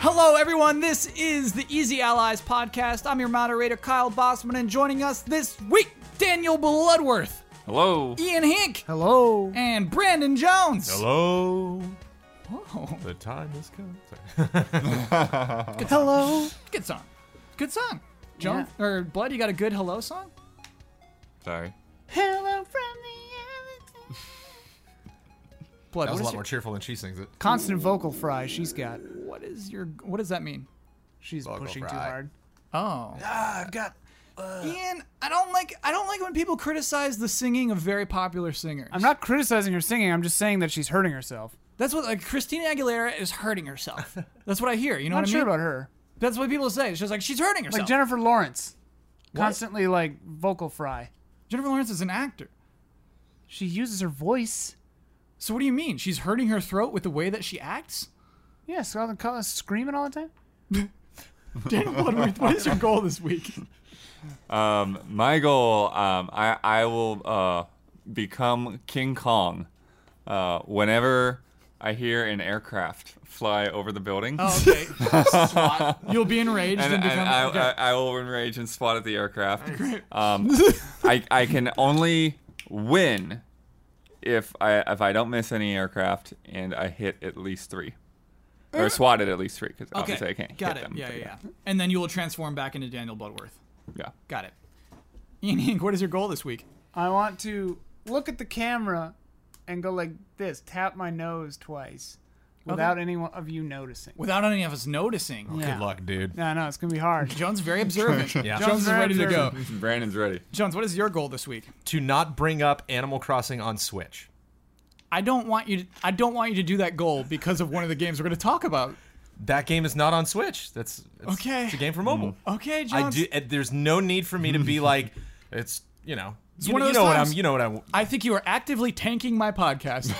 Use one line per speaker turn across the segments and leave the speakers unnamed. Hello, everyone. This is the Easy Allies podcast. I'm your moderator, Kyle Bossman, and joining us this week, Daniel Bloodworth,
Hello.
Ian Hink,
Hello.
and Brandon Jones. Oh,
Hello.
Whoa,
The time has come.
Hello.
good song. Good song. Jones or Blood, you got a good hello song?
Sorry.
Hello from
Blood,
That
what
was a
is
lot
your-
more cheerful than she sings it.
Constant vocal fry she's got.
what is your what does that mean?
She's
Vocal
pushing too
fry.
hard.
Oh.
I've got.
Ian, I don't like I don't like when people criticize the singing of very popular singers.
I'm not criticizing her singing. I'm just saying that she's hurting herself.
That's what like Christina Aguilera is hurting herself. That's what I hear. You know
I'm
what
not
I
sure
mean?
about her.
That's what people say. It's just like she's hurting herself.
Like Jennifer Lawrence, constantly like vocal fry.
Jennifer Lawrence is an actor.
She uses her voice.
So what do you mean? She's hurting her throat with the way that she acts?
Yeah, Scarlett Col- screaming all the time.
Daniel Bloodworth, what is your goal this week?
Um, my goal, um, I, I will uh, become King Kong uh, whenever I hear an aircraft fly over the building.
Oh, Okay. You'll be enraged and,
and, and
become.
I,
okay.
I, I will enrage and swat at the aircraft. Um, I, I can only win if I if I don't miss any aircraft and I hit at least three, or swat at at least three because
Eh? okay.
obviously I can't
Got
hit
it.
them.
Yeah,
but
yeah, yeah. And then you will transform back into Daniel Bloodworth.
yeah.
Got it. Ian Hink, what is your goal this week?
I want to look at the camera and go like this, tap my nose twice, without anyone of you noticing.
Without any of us noticing,
Yeah.
Good luck, dude.
No, no, it's gonna be hard.
Jones very observant.
Yeah.
Jones,
Jones
is
very
ready to go.
observant.
Brandon's ready.
Jones, what is your goal this week?
To not bring up Animal Crossing on Switch.
I don't want you. To, I don't want you to do that goal because of one of the games we're going to talk about.
That game is not on Switch. That's it's,
Okay. Mm.
It's a game for mobile.
Okay,
I
Jones.
do. uh, There's no need for me to be like, it's you know. you,
one of
you
those
know what
times-
I'm. You know what I'm.
I think you are actively tanking my podcast.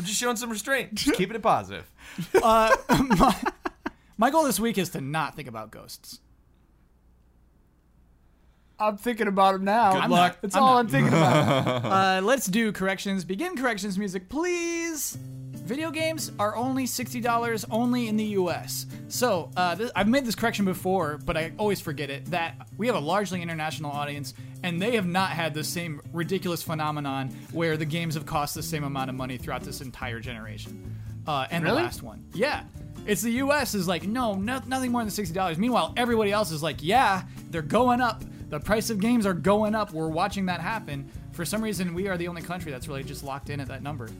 I'm just showing some restraint. Just keeping it positive.
Uh, My goal this week is to not think about ghosts.
I'm thinking about him now.
Good
I'm
luck.
not- That's
I'm
all
not.
I'm thinking about.
Uh, let's do corrections. Begin corrections music, please. Video games are only $60 only in the US. So, uh, this, I've made this correction before, but I always forget it that we have a largely international audience, and they have not had the same ridiculous phenomenon where the games have cost the same amount of money throughout this entire generation. Uh, and the
Really?
last one. Yeah. It's the US is like, no, no, nothing more than $60. Meanwhile, everybody else is like, yeah, they're going up. The price of games are going up. We're watching that happen. For some reason, we are the only country that's really just locked in at that number.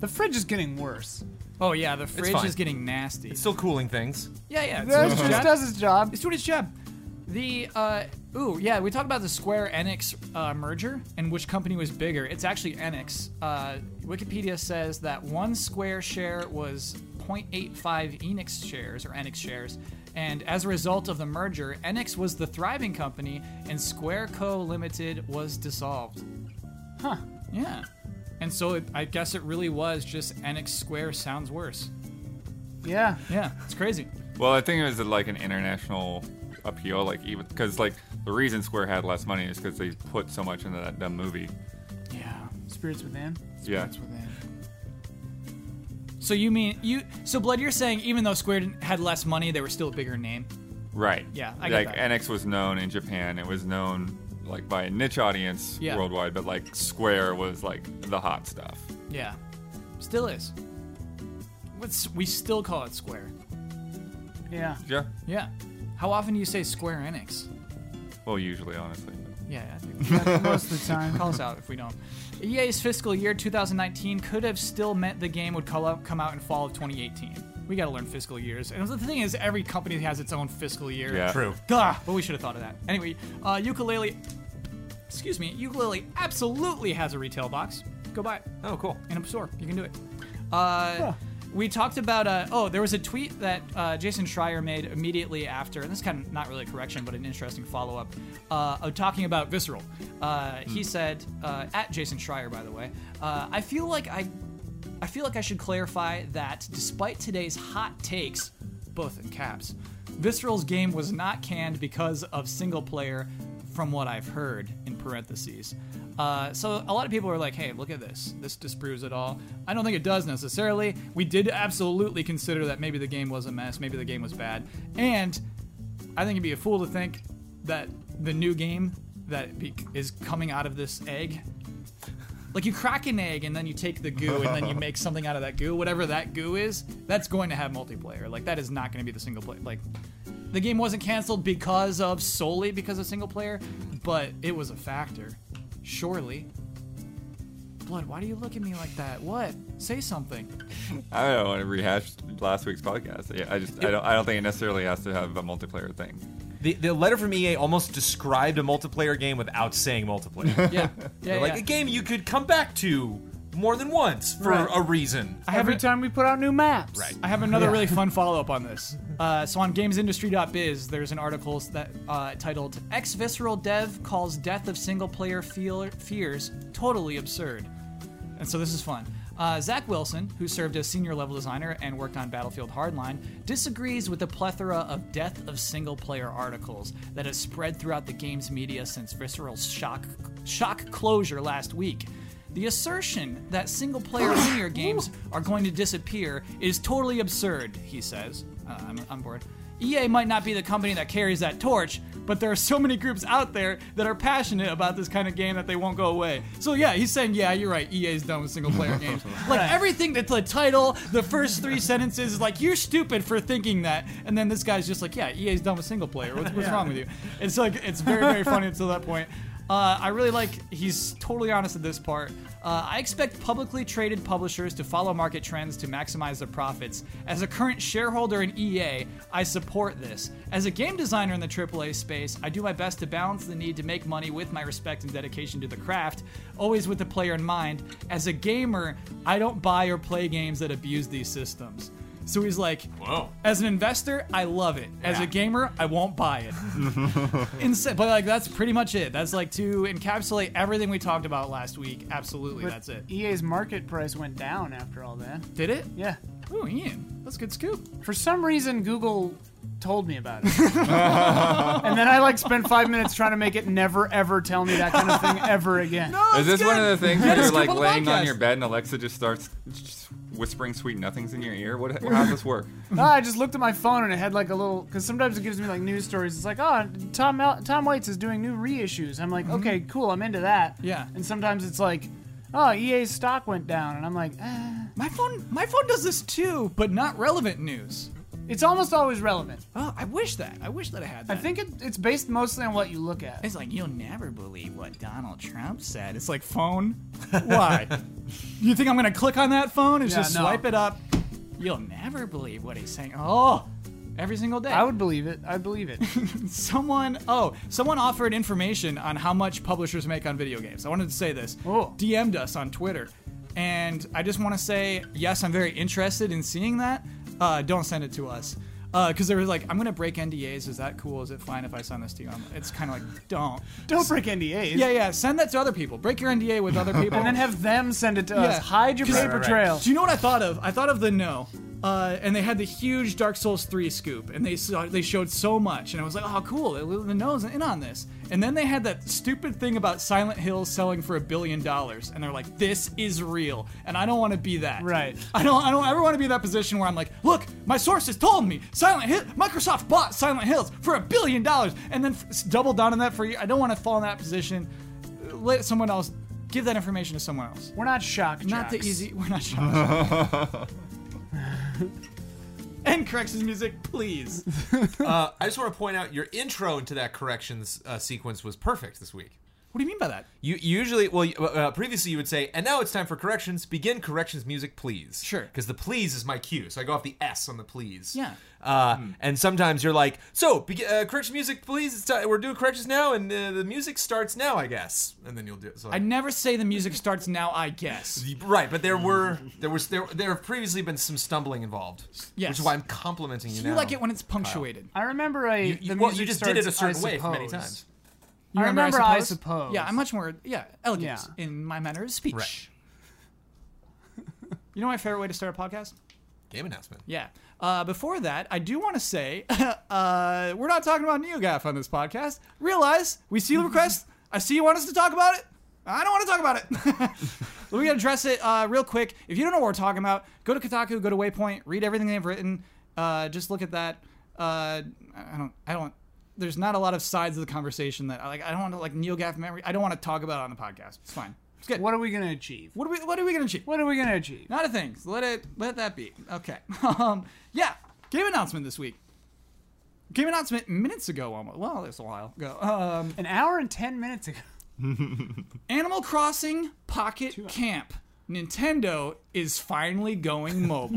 The fridge is getting worse.
Oh, yeah, the fridge
fine.
is getting nasty.
Still cooling things.
yeah, yeah. It's
That
doing its
just
job.
does its job.
It's doing its job. The, uh, ooh, yeah, we talked about the Square Enix uh, merger and which company was bigger. It's actually Enix. Uh, Wikipedia says that one Square share was 0.85 Enix shares, or Enix shares, and as a result of the merger, Enix was the thriving company and Square Co. Limited was dissolved.
Huh.
Yeah. And so it, I guess it really was just Enix Square sounds worse.
Yeah.
Yeah, it's crazy.
Well, I think it was like an international appeal, like even because like the reason Square had less money is because they put so much into that dumb movie.
Yeah.
Spirits within.
Yeah,
So you mean you? So Blood, you're saying even though Square didn't- had less money, they were still a bigger name.
right.
Yeah, I get
like
that.
NX was known in Japan. It was known like by a niche audience
Yeah.
worldwide, but like Square was like the hot stuff.
Yeah, still is. What's we still call it Square?
Yeah.
Yeah.
Yeah. How often do you say Square Enix?
Well, usually, honestly.
Yeah, yeah. I think-
Most of the time.
Call us out if we don't. EA's fiscal year 2019 could have still meant the game would call out, come out in fall of 2018. We got to learn fiscal years. And the thing is, every company has its own fiscal year.
Yeah.
True.
Duh, but we should have thought of that. Anyway, uh, ukulele. Excuse me, ukulele absolutely has a retail box. Go buy it
Oh, cool.
in a store. You can do it. Uh, We talked about uh, oh, there was a tweet that uh, Jason Schreier made immediately after, and this is kind of not really a correction, but an interesting follow up uh, of talking about visceral. Uh,
Hmm.
He said uh, at Jason Schreier, by the way, uh, I feel like I, I feel like I should clarify that despite today's hot takes, both in caps, visceral's game was not canned because of single player from what I've heard, in parentheses. Uh, so a lot of people are like, hey, look at this. This disproves it all. I don't think it does necessarily. We did absolutely consider that maybe the game was a mess, maybe the game was bad. And I think it'd be a fool to think that the new game that be- is coming out of this egg. Like you crack an egg and then you take the goo and then you make something out of that goo, whatever that goo is, that's going to have multiplayer. Like that is not going to be the single player. Like the game wasn't canceled because of solely because of single player, but it was a factor. Surely. Blood, why do you look at me like that? What? Say something.
I don't want to rehash last week's podcast. Yeah, I just I don't I don't think it necessarily has to have a multiplayer thing.
The, the letter from EA almost described a multiplayer game without saying multiplayer.
Yeah. Yeah.
Like a
yeah.
game you could come back to more than once for
Right.
a reason.
I have
Every
a-
time we put out new maps.
Right.
I have another really fun follow up on this. Uh, so on GamesIndustry.biz, there's an article that uh, titled "Ex Visceral Dev Calls Death of Single Player Feel- Fears Totally Absurd," and so this is fun. Uh, Zach Wilson, who served as senior level designer and worked on Battlefield Hardline, disagrees with the plethora of death of single player articles that has spread throughout the game's media since Visceral's shock shock closure last week. The assertion that single player linear games are going to disappear is totally absurd, he says. Uh, I'm, I'm bored. EA E might not be the company that carries that torch, but there are so many groups out there that are passionate about this kind of game that they won't go away. So yeah, he's saying, yeah, you're right. EA's done with single player games. Like everything that's the title, the first three sentences is like, you're stupid for thinking that. And then this guy's just like, yeah, EA's done with single player. What's, what's wrong with you? It's like, it's very, very funny until that point. Uh, I really like he's totally honest at this part. Uh, I expect publicly traded publishers to follow market trends to maximize their profits. As a current shareholder in EA, I support this. As a game designer in the AAA space, I do my best to balance the need to make money with my respect and dedication to the craft, always with the player in mind. As a gamer, I don't buy or play games that abuse these systems. So he's like,
Whoa.
as an investor, I love it. As a gamer, I won't buy it. Instead, but like that's pretty much it. That's like to encapsulate everything we talked about last week. Absolutely,
But
that's it.
EA's market price went down after all that.
Did it?
Yeah.
Ooh, Ian, that's a good scoop.
For some reason, Google told me about it. and then I like spent five minutes trying to make it never ever tell me that kind of thing ever again.
No,
Is this one of the things where
Yes,
you're
come
like
on the
laying
podcast.
on your bed and Alexa just starts just whispering sweet nothings in your ear? What how does this work?
No, Ah, I just looked at my phone and it had like a little because sometimes it gives me like news stories. It's like, oh, Tom Mel- Tom Waits is doing new reissues. I'm
Mm-hmm.
like, okay, cool, I'm into that.
Yeah.
And sometimes it's like, oh, EA's stock went down, and I'm like, eh.
My phone, my phone does this too, but not relevant news.
it's almost always relevant.
Oh, I wish that. I wish that I had
I
that.
think it, it's based mostly on what you look at.
it's like you'll never believe what Donald Trump said. It's like phone. Why? you think I'm gonna click on that phone? It's
Yeah,
just
no.
swipe it up. You'll never believe what he's saying. Oh, every single day.
I would believe it. I believe it.
Someone, oh, someone offered information on how much publishers make on video games. I wanted to say this.
Oh.
DM'd us on Twitter, and I just want to say yes, I'm very interested in seeing that. Uh, don't send it to us. Uh, Because they were like, I'm going to break NDAs. Is that cool? Is it fine if I send this to you? I'm, it's kind of like, don't.
Don't break NDAs.
Yeah, yeah, send that to other people. Break your NDA with other people.
And then have them send it to
Yeah.
us. Hide your
Right,
paper
right, right.
trail.
Do you know what I thought of? I thought of the no. Uh, and they had the huge Dark Souls 3 scoop, and they saw, they showed so much, and I was like, oh, cool, the, the no's in on this. And then they had that stupid thing about Silent Hill selling for a billion dollars, and they're like, this is real, and I don't want to be that.
Right.
I don't I don't ever want to be in that position where I'm like, look, my sources told me Silent Hill, Microsoft bought Silent Hills for a billion dollars, and then f- doubled down on that for a year. I don't want to fall in that position. Let someone else give that information to someone else.
We're not shocked.
Not the easy. We're not shocked. and corrections music, please.
Uh, I just want to point out your intro into that corrections uh, sequence was perfect this week.
What do you mean by that?
You you usually, well, you- uh, previously you would say, and now it's time for corrections. Begin corrections music, please.
Sure.
Because the please is my cue, so I go off the S on the please.
Yeah.
Uh, And sometimes you're like, so be- uh, correction music, please. It's time. We're doing corrections now, and uh, the music starts now, I guess. And then you'll do it. So
I never say the music starts now. I guess.
Right, but there were there was there there have previously been some stumbling involved.
Yes.
Which is why I'm complimenting you now.
You like it when it's punctuated.
I remember a.
you, you,
the
well,
music
you just
starts,
did it a certain
I
way many
suppose.
times.
You
I remember, I suppose.
Yeah, I'm much more yeah elegant
Yeah.
in my manner of speech.
Right.
You know my favorite way to start a podcast?
Game announcement.
Yeah. Uh, before that, I do want to say uh, we're not talking about NeoGAF on this podcast. Realize we see the request. I see you want us to talk about it. I don't want to talk about it. We're going to address it uh, real quick. If you don't know what we're talking about, go to Kotaku, go to Waypoint, read everything they've written. Uh, just look at that. Uh, I don't. I don't. There's not a lot of sides of the conversation that I like. I don't want to like NeoGAF memory. I don't want to talk about it on the podcast. It's fine. It's good. What,
What are we going to achieve?
what are we? What are we going to achieve?
What are we going to achieve?
Not a thing. So let it let that be. Okay. Um, yeah. Game announcement this week. Game announcement minutes ago almost. Well, it's a while ago. Um,
An hour and 10 minutes ago.
Animal Crossing Pocket Camp. Nintendo is finally going mobile.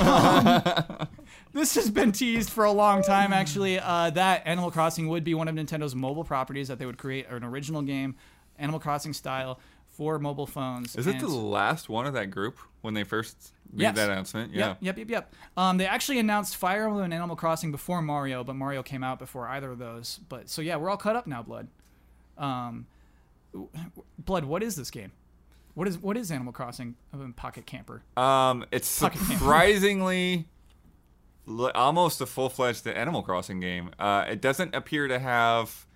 Um, this has been teased for a long time, actually. Uh, that Animal Crossing would be one of Nintendo's mobile properties that they would create an original game, Animal Crossing style, for mobile phones.
Is it
and-
the last one of that group when they first made
Yes.
that announcement? Yeah.
Yep, yep, yep, yep. Um, they actually announced Fire Emblem and Animal Crossing before Mario, but Mario came out before either of those. But so yeah, we're all caught up now, Blood. Um, w- Blood, what is this game? What is what is Animal Crossing other than Pocket Camper?
Um, it's
Fucking hell.
surprisingly li- almost a full fledged Animal Crossing game. Uh, it doesn't appear to have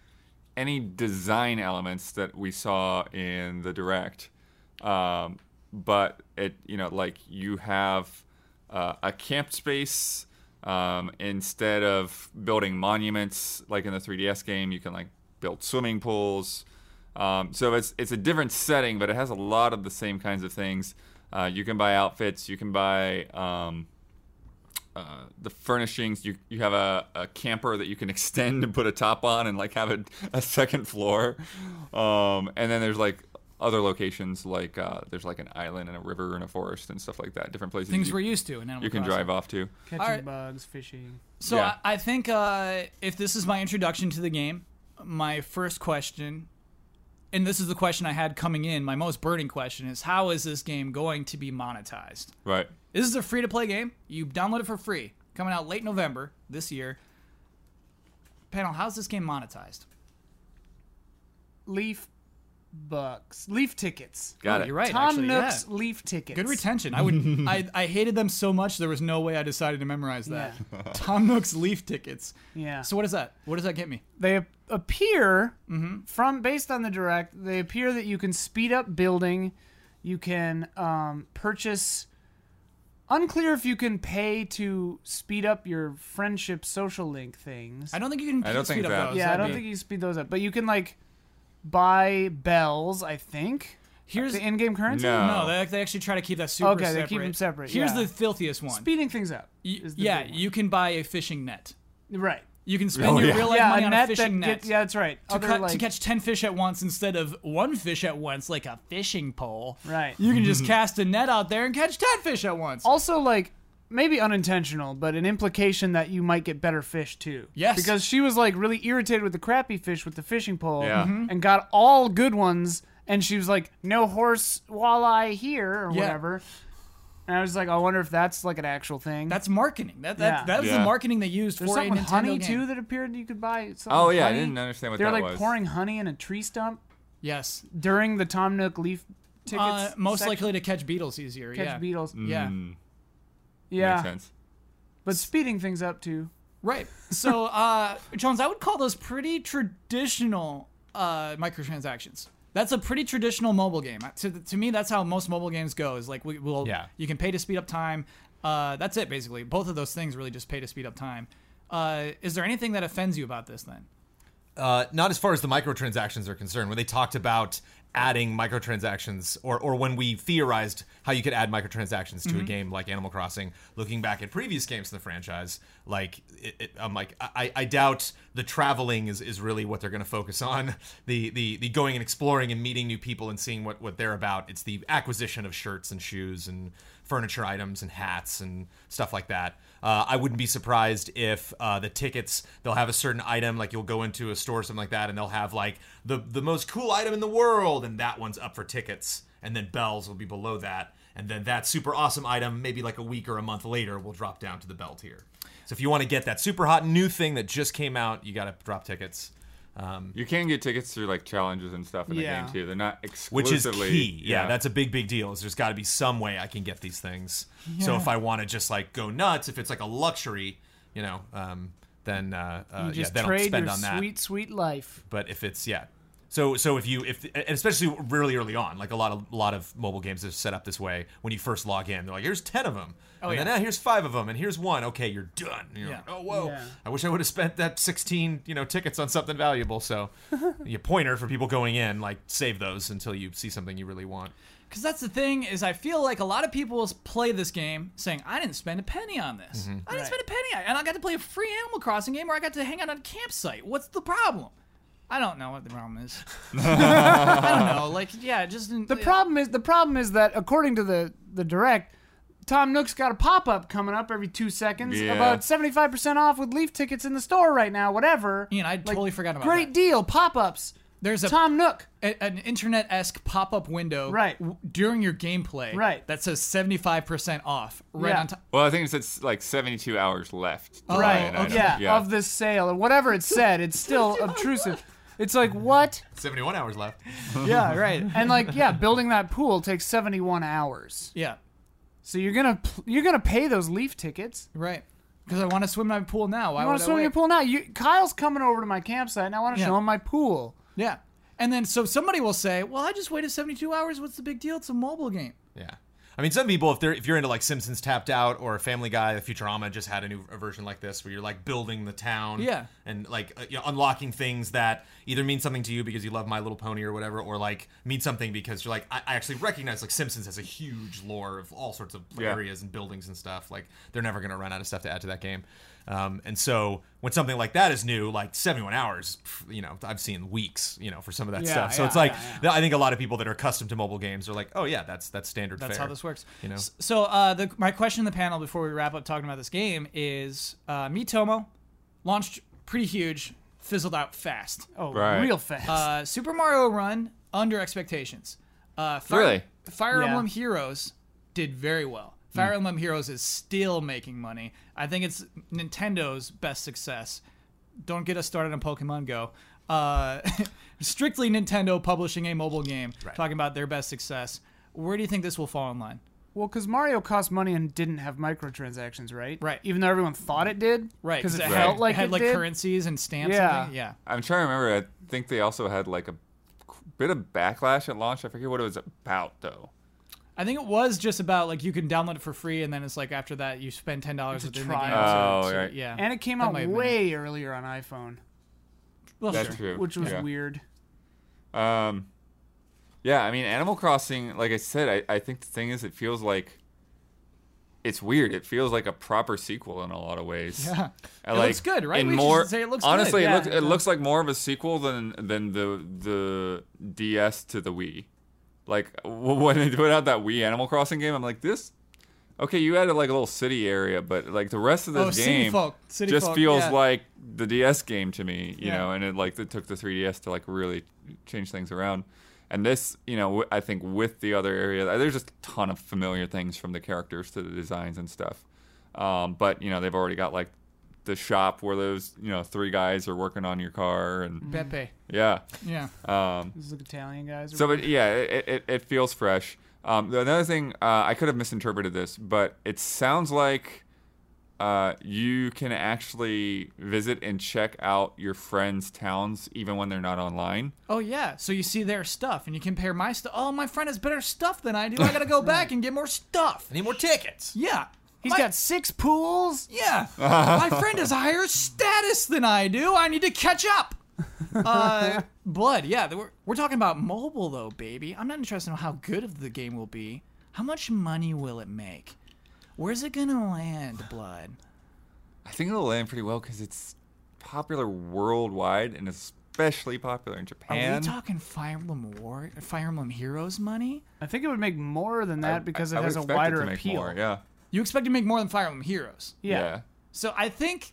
any design elements that we saw in the direct, um, but it you know like you have uh, a camp space. Um, instead of building monuments like in the 3DS game, you can like build swimming pools. Um, so it's it's a different setting, but it has a lot of the same kinds of things. Uh, you can buy outfits, you can buy um, uh, the furnishings. You you have a, a camper that you can extend and put a top on and like have a, a second floor. Um, and then there's like other locations like uh, there's like an island and a river and a forest and stuff like that. Different places
Things
you,
we're used to in Animal
you can
Crossing.
drive off to.
Catching
All right.
bugs, fishing.
So
Yeah.
I, I think uh, if this is my introduction to the game, my first question, and this is the question I had coming in, my most burning question is how is this game going to be monetized?
Right.
This is a free to play game. You download it for free. Coming out late November this year. Panel, how's this game monetized?
Leaf bucks. Leaf tickets.
Got
Oh,
it.
You're right.
Tom
actually,
Nook's
yeah.
leaf tickets.
Good retention. I would. I, I hated them so much there was no way I decided to memorize that. Tom Nook's leaf tickets.
Yeah.
So what is that? What does that get me?
they ap- appear
Mm-hmm.
from based on the direct they appear that you can speed up building you can um, purchase unclear if you can pay to speed up your friendship social link things
I don't think you can
I don't
speed
think
up
that-
those.
yeah i
That'd
don't
be-
think you can speed those up but you can like buy bells i think
Here's
the in-game currency
No.
no. They, they actually try to keep that super
Okay,
separate.
they keep them separate,
Here's
yeah.
the filthiest one.
speeding things up
Y-
is the
yeah,
big one.
you can buy a fishing net.
right
You can spend your
yeah.
real life
yeah
money
a
on
net
a fishing
that
net.
gets- yeah that's right
to,
Other,
cut, to
like-
catch 10 fish at once instead of one fish at once like a fishing pole
Right.
you can just cast a net out there and catch 10 fish at once
also like maybe unintentional but an implication that you might get better fish too
Yes.
because she was like really irritated with the crappy fish with the fishing pole
Yeah. Mhm.
and got all good ones and she was like no horse walleye here or
Yeah.
whatever and i was like i wonder if that's like an actual thing
that's marketing that that,
Yeah.
that was the
Yeah.
marketing they used
there's
for a
something with
Nintendo
honey
game.
too that appeared that you could buy something
Oh
with
yeah,
honey.
I didn't understand what
they're
that
like
was.
pouring honey in a tree stump
yes
during the tom nook leaf tickets
uh, most
section.
likely to catch beetles easier
catch
yeah
beetles
Mm.
yeah
Makes
yeah
sense.
but speeding things up too
right so uh jones i would call those pretty traditional uh microtransactions that's a pretty traditional mobile game. Uh, To, to me, that's how most mobile games go. Is like we will
Yeah.
You can pay to speed up time. Uh, that's it, basically. Both of those things really just pay to speed up time. Uh, is there anything that offends you about this then?
Uh, not as far as the microtransactions are concerned. When they talked about adding microtransactions, or or when we theorized how you could add microtransactions to a game like Animal Crossing, looking back at previous games in the franchise, like it, it, I'm like I, I doubt the traveling is, is really what they're going to focus on. The, the the going and exploring and meeting new people and seeing what what they're about. It's the acquisition of shirts and shoes and furniture items and hats and stuff like that. Uh, I wouldn't be surprised if uh, the tickets they'll have a certain item like you'll go into a store or something like that and they'll have like the the most cool item in the world and that one's up for tickets and then bells will be below that and then that super awesome item maybe like a week or a month later will drop down to the bell tier. So if you want to get that super hot new thing that just came out, you got to drop tickets. Um,
You can get tickets through like challenges and stuff in
Yeah.
the game too. They're not
which is
exclusively.
key. Yeah, that's a big, big deal. Is there's got to be some way I can get these things. So if I want to just like go nuts, if it's like a luxury, you know, um, then uh, uh,
You just
yeah, then I'll
trade
spend
your
on that.
sweet, sweet life.
But if it's yeah, so so if you if and especially really early on, like a lot of a lot of mobile games are set up this way. When you first log in, they're like, "Here's ten of them," oh, and
yeah.
then "Ah, here's five of them, and here's one. Okay, you're done. And you're
Yeah.
like, oh whoa,
Yeah.
I wish I would have spent that sixteen you know tickets on something valuable. So your pointer for people going in, like save those until you see something you really want.
Because that's the thing is, I feel like a lot of people s- play this game saying, "I didn't spend a penny on this. I didn't
Right.
spend a penny, on it. and I got to play a free Animal Crossing game, or I got to hang out on a campsite. What's the problem?" I don't know what the problem is. I don't know. Like, yeah, just in,
The problem is the problem is that according to the the direct, Tom Nook's got a pop up coming up every two seconds
Yeah.
about seventy five percent off with Leaf tickets in the store right now. Whatever.
Ian, I totally forgot about
Great
that.
deal. Pop ups.
There's a
Tom Nook.
a- an internet esque pop up window
Right.
w- during your gameplay
Right.
that says 75% off right
Yeah.
on top.
Well, I think it's like 72 hours left. to buy
Right,
an item.
Oh, okay.
Oh, Yeah, Of this sale or whatever it said, it's still obtrusive. It's like what?
Seventy one hours left.
Yeah, right.
And like yeah, building that pool takes seventy one hours.
yeah,
So you're gonna pl- you're gonna pay those Leaf tickets.
right. Because I want to swim in my pool now. Why
I
want
want to swim in your pool now. You, Kyle's coming over to my campsite, and I want to
Yeah.
show him my pool.
Yeah. And then so somebody will say, well, I just waited 72 hours. What's the big deal? It's a mobile game.
Yeah. I mean, some people, if they're if you're into like Simpsons Tapped Out or Family Guy, Futurama just had a new a version like this where you're like building the town,
Yeah.
and like uh, you know, unlocking things that either mean something to you because you love My Little Pony or whatever, or like mean something because you're like I, I actually recognize like Simpsons has a huge lore of all sorts of
Yeah.
areas and buildings and stuff. Like they're never gonna run out of stuff to add to that game, um, and so when something like that is new, like 71 hours, pff, you know, I've seen weeks, you know, for some of that
Yeah,
stuff. So
yeah,
it's like
yeah,
I think a lot of people that are accustomed to mobile games are like, oh yeah, that's that's standard.
That's
fare.
how this works.
You know?
S- So uh, the, my question in the panel before we wrap up talking about this game is uh, Mitomo launched pretty huge, fizzled out fast.
Oh,
Right.
real fast.
Uh, Super Mario Run under expectations. Uh, Fire,
Really?
Fire
Yeah.
Emblem Heroes did very well. Fire
Hmm.
Emblem Heroes is still making money. I think it's Nintendo's best success. Don't get us started on Pokemon Go. Uh, strictly Nintendo publishing a mobile game, talking about their best success. Where do you think this will fall in line?
Well, because Mario cost money and didn't have microtransactions, right?
Right.
Even though everyone thought it did.
Right,
Because it
had-
felt like
had
it
like
did.
currencies and stamps.
Yeah.
and things. yeah.
I'm trying to remember. I think they also had like a bit of backlash at launch. I forget what it was about though.
I think it was just about like you can download it for free, and then it's like after that you spend ten dollars
a
within the
trial.
game.
Oh,
so, uh,
right.
yeah.
And it came
That
out
might have been
way earlier on iPhone,
Well,
That's
sure.
true.
which was
yeah.
weird.
Um, yeah, I mean, Animal Crossing, like I said, I, I think the thing is, it feels like it's weird. It feels like a proper sequel in a lot of ways.
Yeah.
I
It
like,
looks good, right?
and
We should
more,
say it looks good,
honestly,
yeah.
it looks it looks like more of a sequel than than the the DS to the Wii. Like w- when they put out that Wii Animal Crossing game, I'm like, this. Okay, you added like a little city area, but like the rest of this
Oh, City
game
Folk, City
just
Folk,
feels
yeah.
like the DS game to me, you
Yeah.
know. And it like it took the 3DS to like really change things around. And this, you know, w- I think with the other area, uh, there's just a ton of familiar things from the characters to the designs and stuff. Um, but you know, they've already got like the shop where those you know three guys are working on your car and
Pepe.
Mm-hmm.
yeah.
Yeah.
Um,
These look Italian guys. or
so it, yeah, it, it, it feels fresh. Um, the- another thing, uh, I could have misinterpreted this, but it sounds like uh, you can actually visit and check out your friends' towns even when they're not online.
Oh yeah. So you see their stuff, and you compare my stuff. Oh, my friend has better stuff than I do. I gotta go back and get more stuff.
I need more tickets.
Yeah.
He's
My-
got six pools.
Yeah. My friend has a higher status than I do. I need to catch up. Uh, blood. Yeah. We're, we're talking about mobile, though, baby. I'm not interested in how good of the game will be. How much money will it make? Where's it going to land, Blood?
I think it'll land pretty well because it's popular worldwide and especially popular in
Are
Japan.
we talking Fire Emblem War, Fire Emblem Heroes money?
I think it would make more than that because
I
it
would
has a
expect it
wider
to make
appeal.
More, yeah.
You expect to make more than Fire Emblem Heroes.
Yeah.
So I think,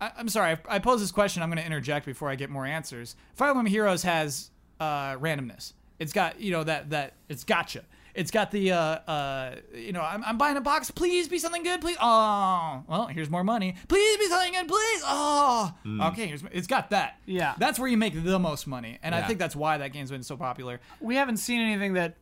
I, I'm sorry, I, I pose this question. I'm going to interject before I get more answers. Fire Emblem Heroes has uh, randomness. It's got you know that that it's gotcha. It's got the uh, uh, you know, I'm, I'm buying a box. Please be something good, please. Oh, well, here's more money. Please be something good, please. Oh, okay. Here's, it's got that.
Yeah.
that's where you make the most money, and I
Yeah.
think that's why that game's been so popular.
We haven't seen anything that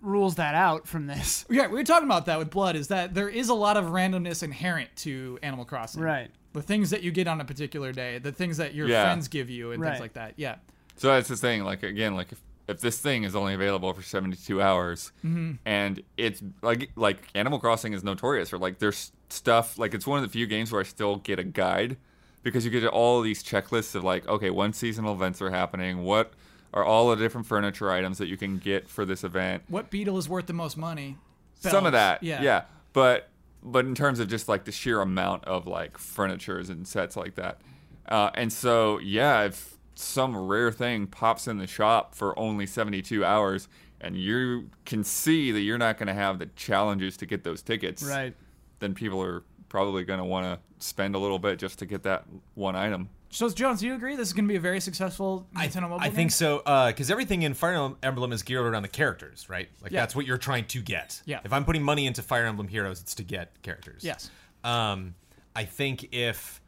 rules that out from this.
Yeah, we were talking about that with Blood. Is that there is a lot of randomness inherent to Animal Crossing?
Right.
The things that you get on a particular day, the things that your
Yeah.
friends give you, and things
Right.
like that. Yeah.
So that's the thing. Like again, like if, if this thing is only available for seventy two hours, and it's like like Animal Crossing is notorious for like there's stuff like it's one of the few games where I still get a guide because you get all these checklists of like okay when seasonal events are happening, what are all the different furniture items that you can get for this event,
What beetle is worth the most money?
some
Bells.
of that,
Yeah.
yeah, but but in terms of just like the sheer amount of like furnitures and sets like that, uh, and so yeah, if some rare thing pops in the shop for only seventy two hours, and you can see that you're not going to have the challenges to get those tickets,
Right.
Then people are probably going to want to spend a little bit just to get that one item.
So, Jones, do you agree this is going to be a very successful
I,
Nintendo mobile
I
game?
think so, because everything in Fire Emblem is geared around the characters, right? Like
Yeah.
that's what you're trying to get.
Yeah.
If I'm putting money into Fire Emblem Heroes, it's to get characters.
Yes.
Um, I think if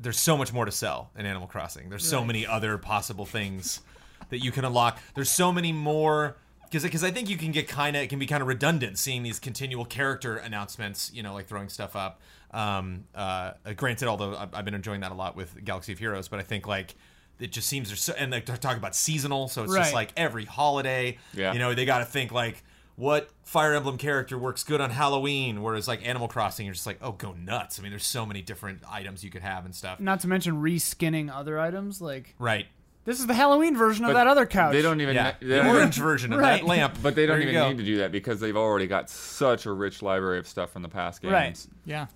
there's so much more to sell in Animal Crossing, there's so many other possible things that you can unlock. There's so many more because because I think you can get kind of it can be kind of redundant seeing these continual character announcements. You know, like throwing stuff up. Um, uh, granted, although I've, I've been enjoying that a lot with Galaxy of Heroes, but I think like. It just seems there's so, and like they're talking about seasonal, so it's
Right.
just like every holiday.
Yeah.
You know, they got to think like what Fire Emblem character works good on Halloween, whereas like Animal Crossing, you're just like, oh, go nuts. I mean, there's so many different items you could have and stuff.
Not to mention reskinning other items. Like
Right.
this is the Halloween version of that other couch.
They don't even.
Yeah.
they
The
don't even-
orange version of
Right.
that lamp.
but they don't
There you
even
go.
need to do that because they've already got such a rich library of stuff from the past games.
Right.
Yeah.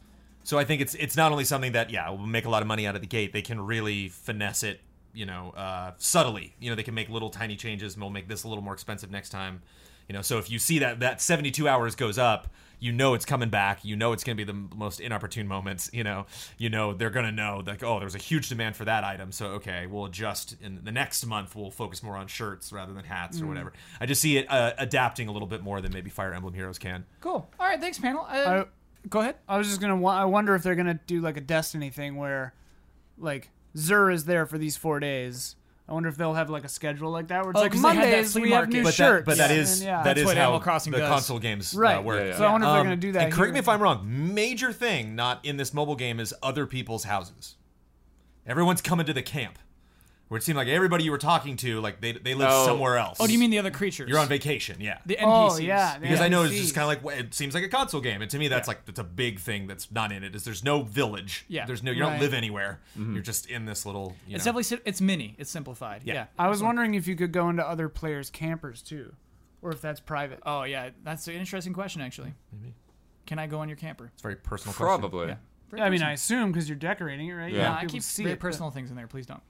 So I think it's it's not only something that yeah will make a lot of money out of the gate. They can really finesse it, you know, uh, subtly. You know, they can make little tiny changes and we'll make this a little more expensive next time. You know, so if you see that that 72 hours goes up, you know it's coming back. You know it's going to be the m- most inopportune moments. You know, you know they're going to know like oh there's a huge demand for that item, so okay we'll adjust. In the next month we'll focus more on shirts rather than hats or whatever. I just see it uh, adapting a little bit more than maybe Fire Emblem Heroes can.
Cool. All right. Thanks, panel. Uh,
I-
go ahead.
I was just gonna. wa- I wonder if they're gonna do like a Destiny thing where, like, Zur is there for these four days. I wonder if they'll have like a schedule like that where it's
Oh,
like
'cause they had that
Mondays
flea
we have
market.
new
but
shirts.
That, but that
Yeah.
is
And, yeah.
that is
what
how
Animal Crossing
the
does.
console games uh,
right.
work.
yeah.
So I wonder if they're
Um,
gonna do that.
And correct
here.
me if I'm wrong. Major thing not in this mobile game is other people's houses. Everyone's coming to the camp, where it seemed like everybody you were talking to, like they they live
Oh.
somewhere else.
Oh, do you mean the other creatures?
you're on vacation? Yeah.
the NPCs.
Oh yeah.
because I know it's just kind of like well, it seems like a console game, and to me that's like it's a big thing that's not in it. Is there's no village?
Yeah.
There's no you
Right.
don't live anywhere. You're just in this little. You
It's
know.
definitely si- it's mini. It's simplified. Yeah.
Yeah.
I was wondering if you could go into other players' campers too, or if that's private.
Oh yeah. That's an interesting question, actually. Maybe. Can I go on your camper?
it's a very personal. question.
Probably.
Yeah. Very
I mean,
personal.
I assume because you're decorating it, right?
Yeah.
No,
You want
I
people
keep
to see
very
it, but-
personal things in there. Please don't.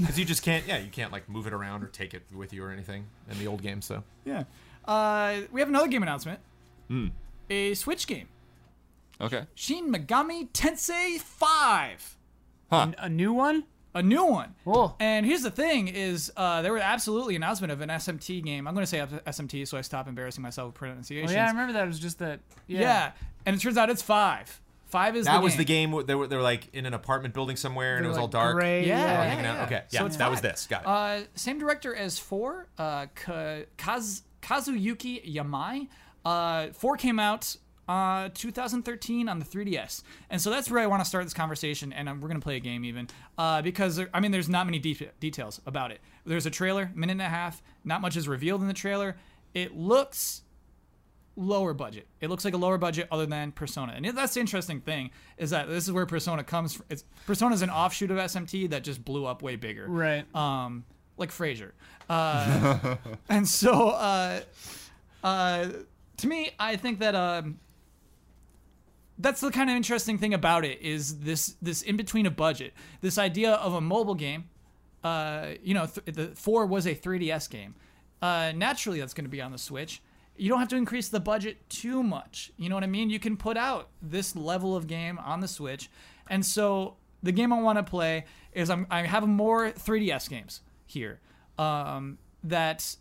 Because you just can't, yeah, you can't like move it around or take it with you or anything in the old game. So
Yeah. Uh, we have another game announcement.
Hmm.
A Switch game.
Okay.
Shin Megami Tensei 5.
A new one? Oh,
A new one.
Cool.
And here's the thing: is uh, there was absolutely an announcement of an SMT game. I'm going to say SMT, so I stop embarrassing myself with pronunciations.
Well, Oh, yeah, I remember that. It was just that. Yeah.
Yeah. and it turns out it's five. Five is
that
the
was
game.
the game. where They were, they were like in an apartment building somewhere, and it was all dark.
Gray,
Yeah,
They were
yeah,
hanging out.
yeah.
Okay,
So
yeah,
it's
that was
five.
this. Got it.
Uh, same director as four, uh, Ka- Kaz- Kazuyuki Yamai. Uh, four came out uh 2013 on the 3ds and so that's where i want to start this conversation and um, we're gonna play a game even uh because there, i mean there's not many de- details about it there's a trailer minute and a half not much is revealed in the trailer it looks lower budget. It looks like a lower budget other than Persona. And that's the interesting thing is that this is where Persona comes from. It's Persona's an offshoot of SMT that just blew up way bigger.
Right.
Um like Frasier. Uh, and so uh uh to me I think that um that's the kind of interesting thing about it is this this in between a budget. This idea of a mobile game uh, you know, th- the four was a 3DS game. Uh, naturally, that's going to be on the Switch. You don't have to increase the budget too much. You know what I mean? You can put out this level of game on the Switch, and so the game I want to play is I'm I have more 3DS games here um, that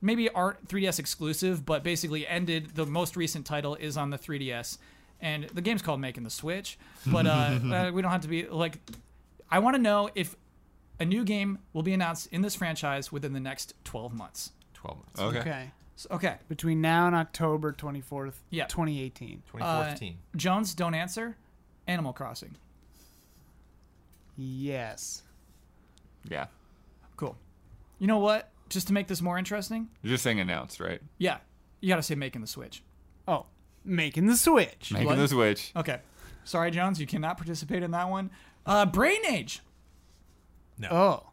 maybe aren't 3DS exclusive, but basically ended. The most recent title is on the 3DS, and the game's called Making the Switch. But uh, uh, we don't have to be like. I want to know if a new game will be announced in this franchise within the next 12 months.
12 months.
Okay.
Okay.
So, okay,
Between now and October 24th,
Yeah.
2018.
2014.
Jones, don't answer. Animal Crossing.
Yes.
Yeah.
Cool. You know what? Just to make this more interesting,
You're just saying announced, right?
yeah, you gotta say making the switch.
Oh, making the switch.
Making
What?
the switch.
Okay. Sorry, Jones, you cannot participate in that one. Uh, Brain Age.
Oh.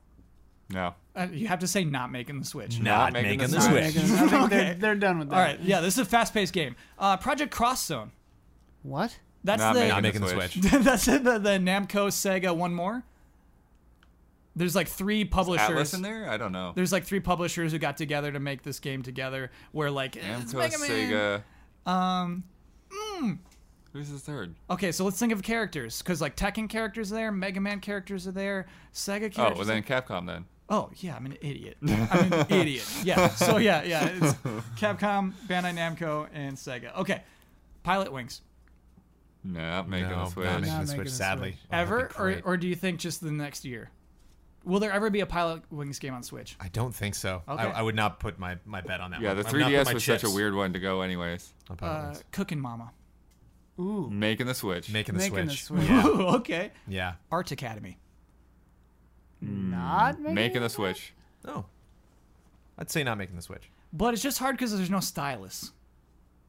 No.
Uh, you have to say not making the switch.
Not making the
Not
switch.
making- I think they're, they're done with that.
All right. Yeah, this is a fast-paced game. Uh, Project Cross Zone.
What?
That's
Not
the
making
Not making the
Switch.
switch.
that's the, the Namco Sega one more. There's like three publishers.
Atlas in there? I don't know.
There's like three publishers who got together to make this game together. Where like eh, it's
Namco,
Mega Man.
Sega. Um. Who's the third?
Okay, so let's think of characters because like Tekken characters are there, Mega Man characters are there, Sega characters.
Oh, well
are-
then Capcom then.
Oh yeah, I'm an idiot. I'm an idiot. Yeah. So yeah, yeah. It's Capcom, Bandai Namco, and Sega. Okay, Pilot Wings.
No, not making the
not
Switch.
making
Not
the
making
switch,
the
sadly.
switch.
Oh, that'd be
ever, or
great.
or do you think just the next year? Will there ever be a Pilot Wings game on Switch?
I don't think so. I,
Okay.
I would not put my, my bet on that
Yeah,
one.
the
I would not put
3DS
my
was such
chips
a weird one to go, anyways.
on Pilot
Uh,
Wings.
Cooking Mama.
Ooh.
Making the Switch.
Making the
making the
switch.
switch.
Yeah.
Ooh, okay.
yeah.
Art Academy.
Not making,
Mm, making the Switch.
No. I'd say not making the switch.
But it's just hard because there's no stylus.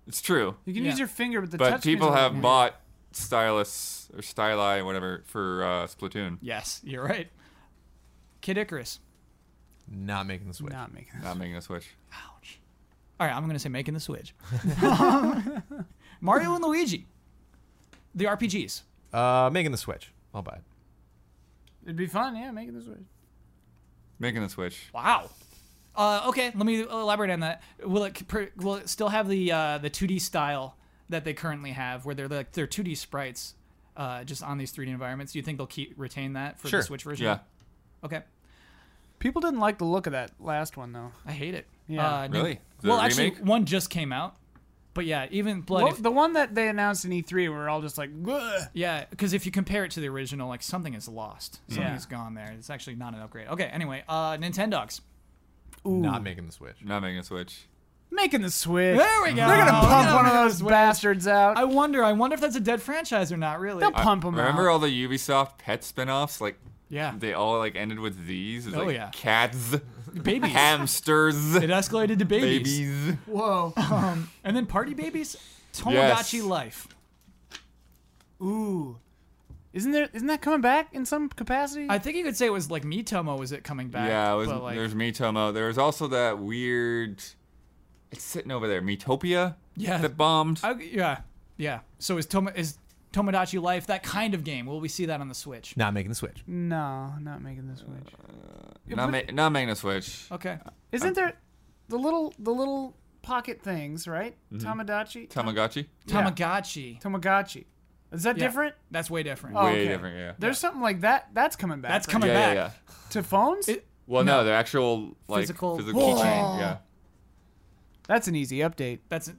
It's true.
You can
Yeah.
use your finger, but the touch
But
screen's
people
not
have
working.
bought Stylus or Styli, whatever, for uh, Splatoon.
Yes, you're right. Kid Icarus.
Not making the switch.
Not making.
Not making the Switch.
Ouch. All right, I'm gonna say making the switch. Um, Mario and Luigi, the RPGs.
Uh, making the switch. I'll buy it.
It'd be fun, yeah, making the switch.
Making the Switch.
Wow. Uh, okay, let me elaborate on that. Will it pr- will it still have the uh, the 2D style that they currently have, where they're like they're 2D sprites, uh, just on these 3D environments? Do you think they'll keep retain that for
Sure.
the Switch version?
Yeah.
Okay.
People didn't like the look of that last one though.
I hate it.
Yeah.
Uh, new-
Really? The
well, actually,
remake?
one just came out. But yeah, even blood.
Well,
if-
the one that they announced in E3, we were all just like, "Bleh."
Yeah, because if you compare it to the original, like something is lost, something
Yeah.
is gone there. It's actually not an upgrade. Okay, anyway, uh, Nintendogs.
Not making the switch.
Not making the Switch.
making the switch.
There we go.
They're gonna
Oh,
pump
yeah,
one of
making the
those bastards out.
I wonder. I wonder if that's a dead franchise or not. Really?
They'll pump them
Remember
out.
all the Ubisoft pet spin-offs? Like
Yeah,
they all like ended with these. It was
Oh,
like
yeah.
cats,
babies.
hamsters,
it escalated to babies,
babies.
Whoa.
Um, and then party babies. Tomodachi
Yes.
Life.
Ooh. Isn't there? Isn't that coming back in some capacity?
I think you could say it was like Mitomo. Was it coming back?
Yeah, it was,
but, like,
there's Mitomo. There was also that weird. It's sitting over there, Metopia.
Yeah.
that bombed.
I- yeah, yeah. So is Tomo is Tomodachi Life that kind of game? Will we see that on the Switch?
Not making the switch.
no, not making the switch.
not, ma- not making a switch.
Uh, Okay.
Isn't there the little the little pocket things, right?
Mm-hmm.
Tamagotchi.
Tamagotchi.
Yeah.
Tamagotchi.
Tamagotchi. Is that
Yeah,
different?
That's way different.
Oh,
Way
okay.
different. Yeah.
There's something like that. That's coming back.
That's
right?
coming
yeah, yeah,
back.
yeah.
to phones.
It-
Well, no, they're actual like
Physical-
physical,
Whoa.
keychain. Yeah.
That's an easy update.
That's.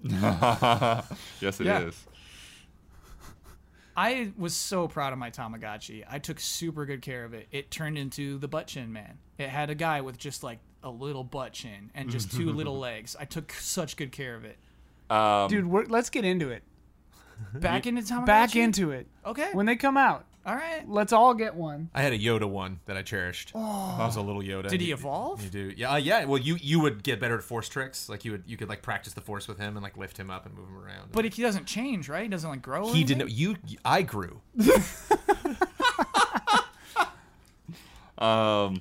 Yes, it is.
Yeah. I was so proud of my Tamagotchi. I took super good care of it. It turned into the butt chin man. It had a guy with just like a little butt chin and just two little legs. I took such good care of it.
Um,
Dude, we're, let's get into it.
Back into Tamagotchi.
Back into it.
Okay.
When they come out,
All right.
let's all get one.
I had a Yoda one that I cherished. Oh. That was a little Yoda.
Did he evolve?
You do. Yeah, uh, yeah. Well, you you would get better at force tricks. Like you would you could like practice the force with him and like lift him up and move him around.
But he doesn't change, right? He doesn't like grow. or
he didn't.
anything?
You I grew.
Um,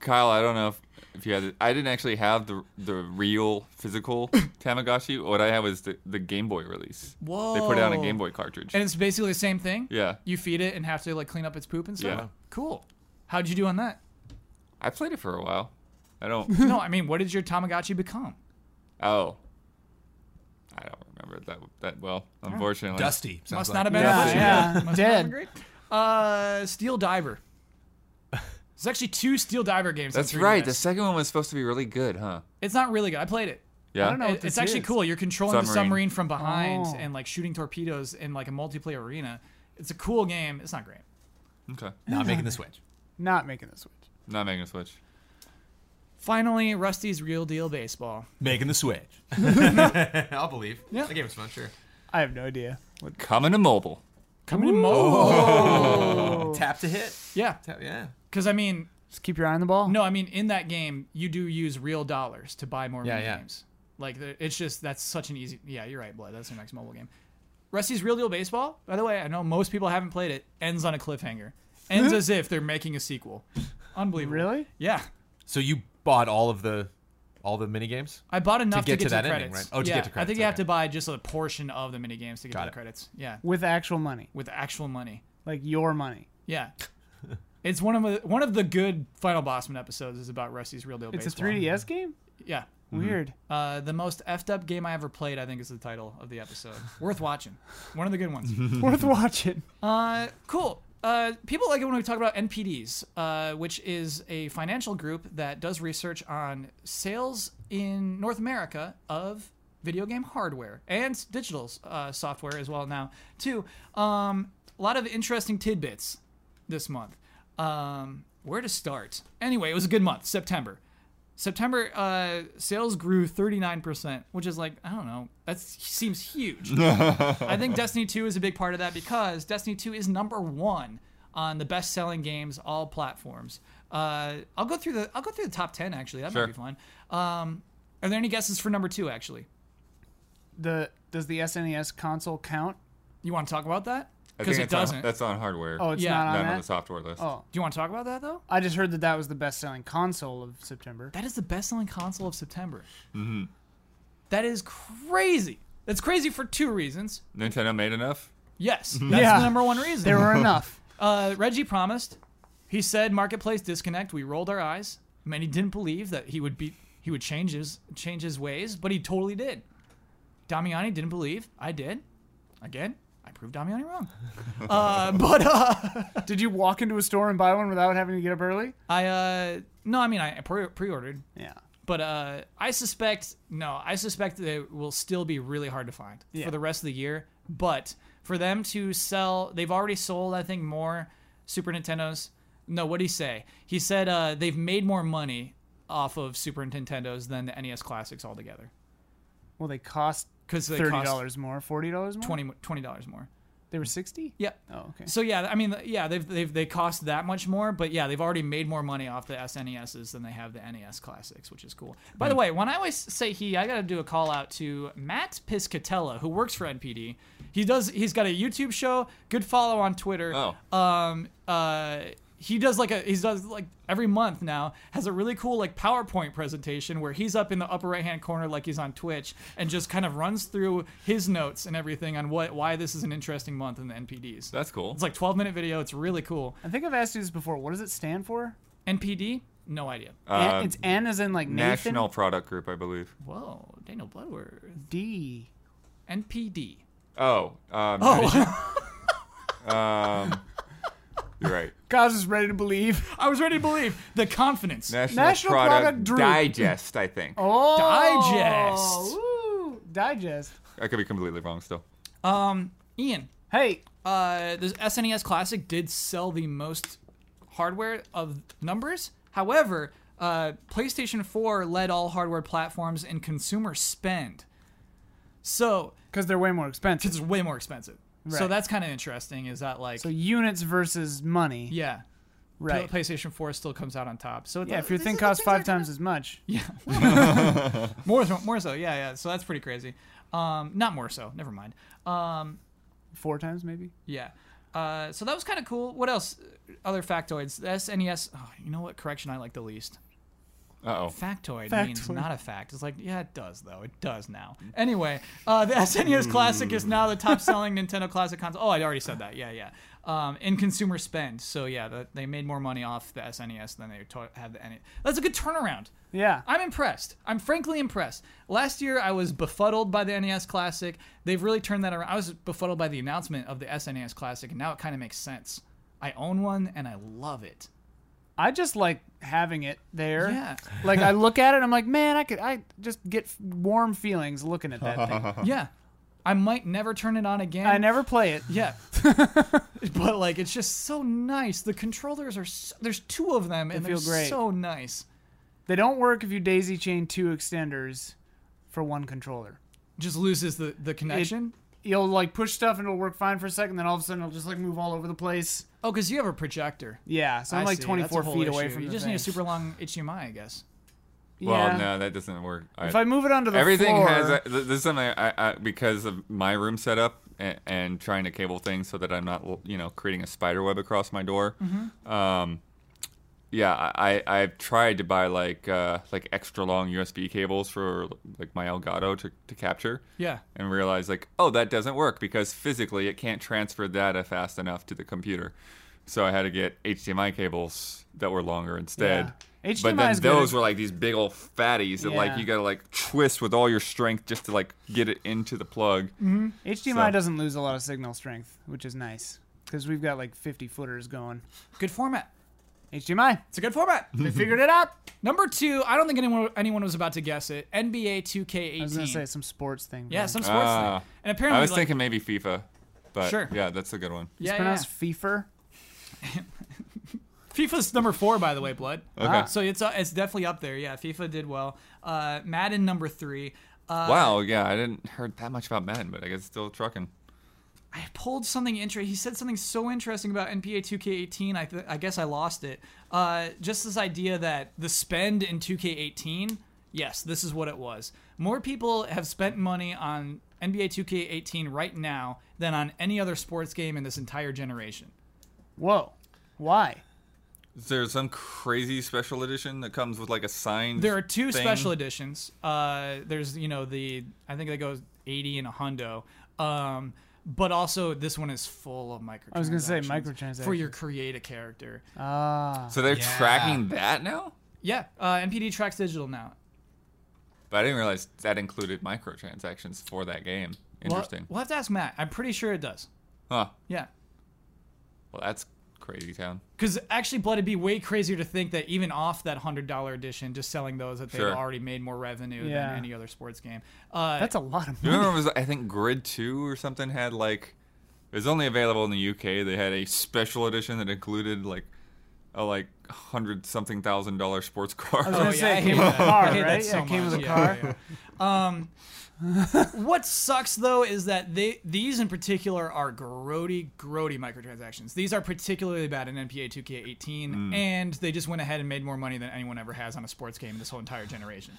Kyle, I don't know if, if you had it. I didn't actually have the the real physical Tamagotchi. What I had was the, the Game Boy release. They put out a
Whoa.
Game Boy cartridge.
And it's basically the same thing.
yeah.
You feed it and have to like clean up its poop and stuff.
Yeah.
Cool. How'd you do on that?
I played it for a while. I don't.
no, I mean, what did your Tamagotchi become?
Oh. I don't remember it that that well, unfortunately.
Dusty. sounds
Must
like.
not have been
Yeah,
a butt chin.
yeah.
Must not have
Dead.
been great. Uh, Steel Diver. There's actually two Steel Diver games. on
That's right.
3DS.
The second one was supposed to be really good, huh?
It's not really good. I played it.
Yeah.
don't know. what
It- it's
this
actually
is.
cool. You're controlling the
Submarine.
submarine from behind
Oh.
and like shooting torpedoes in like a multiplayer arena. It's a cool game. It's not great.
Okay.
Not making the switch.
Not making the switch.
Not making a switch.
Finally, Rusty's Real Deal Baseball.
Making the switch. I'll believe.
Yeah.
The game was fun, sure.
I have no idea. What
Coming to mobile.
Coming in mobile.
Tap to hit.
Yeah,
Tap, yeah.
because I mean,
just keep your eye on the ball.
no, I mean in that game you do use real dollars to buy more
Yeah,
mini
yeah.
games. Like the- it's just that's such an easy. Yeah, you're right, Blood. That's their next mobile game. Rusty's Real Deal Baseball. By the way, I know most people haven't played it. Ends on a cliffhanger. Ends as if they're making a sequel. Unbelievable.
Really?
Yeah.
So you bought all of the all the mini games?
I bought enough to
get
get to,
to that
credits.
ending, right? Oh, to
yeah,
get to
I think
credits,
you have
okay.
to buy just a portion of the mini games to get
Got
to the
it.
credits. Yeah,
With actual money,
with actual money.
like your money.
Yeah. It's one of the one of the good Final Bossman episodes is about Rusty's real deal.
It's a
baseball.
3DS game.
Yeah,
Weird.
uh, the most effed up game I ever played. I think is the title of the episode. Worth watching. One of the good ones.
Worth watching.
Uh, cool. Uh, people like it when we talk about NPDs, uh, which is a financial group that does research on sales in North America of video game hardware and digital uh, software as well now too. Um, a lot of interesting tidbits this month. Um, where to start? Anyway, it was a good month, September. September uh, sales grew 39%, which is like, I don't know, that seems huge. I think Destiny 2 is a big part of that because Destiny 2 is number one on the best selling games all platforms. Uh, I'll go through the I'll go through the top ten actually. That
Sure.
might be fun. Um, are there any guesses for number two actually?
The does the SNES console count?
You want to talk about that?
I
Because
think
it
that's on-
doesn't.
that's on hardware.
Oh, it's
Yeah.
not on
not
that.
on the software list.
Oh.
Do you want to talk about that though?
I just heard that that was the best-selling console of September.
That is the best selling console of September.
Mm-hmm.
That is crazy. That's crazy for two reasons.
Nintendo made enough.
Yes,
Mm-hmm.
that's
Yeah.
the number one reason.
There were enough.
Uh, Reggie promised. He said marketplace disconnect. We rolled our eyes. Many didn't believe that he would be he would change his change his ways, but he totally did. Damiani didn't believe. I did. Again, I proved Damiani wrong. uh, but uh,
Did you walk into a store and buy one without having to get up early?
I uh, no, I mean I pre- pre-ordered,
Yeah.
but uh, I suspect no, I suspect that it will still be really hard to find
Yeah.
for the rest of the year. But for them to sell, they've already sold I think more Super Nintendos. No, what did he say? He said uh, they've made more money off of Super Nintendos than the NES classics altogether
Well, they cost
because they
thirty
cost
dollars more, forty dollars more.
20 dollars more.
They were sixty.
Yep.
Oh, okay.
So yeah, I mean, yeah, they've, they've they cost that much more, but yeah, they've already made more money off the SNESs than they have the NES classics, which is cool. By the way, when I always say he, I gotta do a call out to Matt Piscatella, who works for NPD. He does. He's got a YouTube show. Good follow on Twitter.
Oh.
Um. Uh. He does like a he does like every month now has a really cool like PowerPoint presentation where he's up in the upper right hand corner like he's on Twitch and just kind of runs through his notes and everything on what why this is an interesting month in the NPDs.
That's cool.
It's like 12 minute video. It's really cool.
I think I've asked you this before. What does it stand for?
NPD? No idea.
Uh,
An- it's N as in like Nathan.
National Product Group, I believe.
Whoa, Daniel Bloodworth.
D.
NPD.
Oh. Um, oh. um, you're right.
Guys is ready to believe.
I was ready to believe the confidence.
National,
National
Product,
Product Group.
Digest, I think.
Oh,
Digest.
Woo, digest.
I could be completely wrong still.
Um, Ian,
Hey,
uh, the SNES Classic did sell the most hardware of numbers. However, uh, PlayStation 4 led all hardware platforms in consumer spend. So
because they're way more expensive.
it's way more expensive. So
Right.
that's kind of interesting. Is that like,
So units versus money.
yeah,
right.
PlayStation 4 still comes out on top. So it-
yeah, if your
these
thing
are the
costs
things I
five times as much.
more so, more so, yeah, yeah. So that's pretty crazy. Um, not more so. Never mind. Um,
Four times maybe.
yeah. Uh, so that was kind of cool. What else? Other factoids. The SNES. Oh, you know what correction I like the least?
Uh oh.
Factoid, means
Factoid.
not a fact. It's like, yeah, it does though. It does now. Anyway, uh, the SNES Classic is now the top-selling Nintendo Classic console. Oh, I already said that. Yeah, yeah. Um, in consumer spend. So yeah, the, they made more money off the SNES than they to- had the NES. That's a good turnaround.
Yeah.
I'm impressed. I'm frankly impressed. Last year, I was befuddled by the NES Classic. They've really turned that around. I was befuddled by the E announcement of the SNES Classic, and now it kind of makes sense. I own one and I love it.
I just like having it there.
Yeah.
Like I look at it, I'm like, man, I could, I just get f- warm feelings looking at that thing.
Yeah. I might never turn it on again.
I never play it.
Yeah. but like it's just so nice. The controllers are so, there's two of them and they are
feel great.
so nice.
They don't work if you daisy chain two extenders for one controller.
Just loses the the connection.
You'll like push stuff and it'll work fine for a second, then all of a sudden it'll just like move all over the place.
oh, cuz you have a projector.
Yeah, so I'm
I
like
see. That's a
24
whole
feet away
issue.
from
You
the
just
thing.
need a super long HDMI, I guess.
Well,
Yeah.
no, that doesn't work. I-
If I move it onto the
Everything
floor,
has. A, th- this is something I, I, because of my room setup and, and trying to cable things so that I'm not, you know, creating a spider web across my door.
Mm-hmm.
Um, yeah, I, I I've tried to buy like uh, like extra long USB cables for like my Elgato to, to capture.
Yeah.
And realize like, oh, that doesn't work because physically it can't transfer data fast enough to the computer. So I had to get HDMI cables that were longer instead.
Yeah.
But
HDMI
then
is good.
those were like these big old fatties that like
Yeah.
you gotta like twist with all your strength just to like get it into the plug.
HDMI
so-
doesn't lose a lot of signal strength, which is nice because we've got like 50 footers going.
Good format.
HDMI,
It's a good format.
they figured it out.
Number 2, I don't think anyone anyone was about to guess it. NBA 2K18.
I was gonna say some sports thing.
yeah,
but
some sports
Ah.
thing. And apparently
I was
like,
thinking maybe FIFA, but
Sure.
yeah, that's a good one.
yeah,
it's
yeah.
pronounced FIFA.
FIFA's number four, by the way, Blood.
Okay.
So it's uh, it's definitely up there. Yeah, FIFA did well. Uh, Madden number three. Uh,
wow, yeah, I didn't heard that much about Madden, but I guess it's still trucking.
I pulled something interesting. He said something so interesting about NBA 2K18. I, th- I guess I lost it. Uh, just this idea that the spend in 2K18, yes, this is what it was. More people have spent money on NBA 2K18 right now than on any other sports game in this entire generation.
Whoa, why?
Is there some crazy special edition that comes with like a signed?
There are two
thing?
special editions. Uh, there's you know the I think they go 80 and a hundo. Um, but also this one is full of microtransactions. I
was gonna say
for your create a character.
Ah,
So they're
Yeah.
tracking that now.
yeah, uh, MPD tracks digital now.
But I didn't realize that included microtransactions for that game.
We'll-
Interesting.
We'll, have to ask Matt. I'm pretty sure it does.
Huh.
Yeah.
Well, that's crazy town.
Because actually, Blood, it'd be way crazier to think that even off that $100 edition, just selling those, that they've
Sure.
already made more revenue
Yeah.
than any other sports game. Uh,
that's a lot of
You
money.
remember it was I think Grid Two or something had like it was only available in the UK. They had a special edition that included like a like hundred something thousand dollar sports car.
I was
Oh, yeah,
gonna
I
say it came
hate
with a
that. I
car,
hate that
right?
so
yeah, it came with a
much. Yeah,
car.
yeah, yeah. Um, what sucks though is that they these in particular are grody grody microtransactions. These are particularly bad in NBA 2K18,
Hmm.
and they just went ahead and made more money than anyone ever has on a sports game this whole entire generation.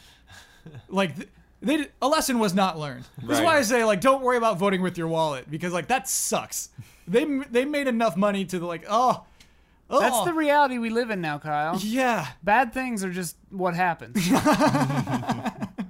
like. Th- they did, a lesson was not learned. This is why I
Right.
say like don't worry about voting with your wallet because like that sucks. They m- they made enough money to like oh, oh
That's the reality we live in now, Kyle.
yeah
Bad things are just what happens.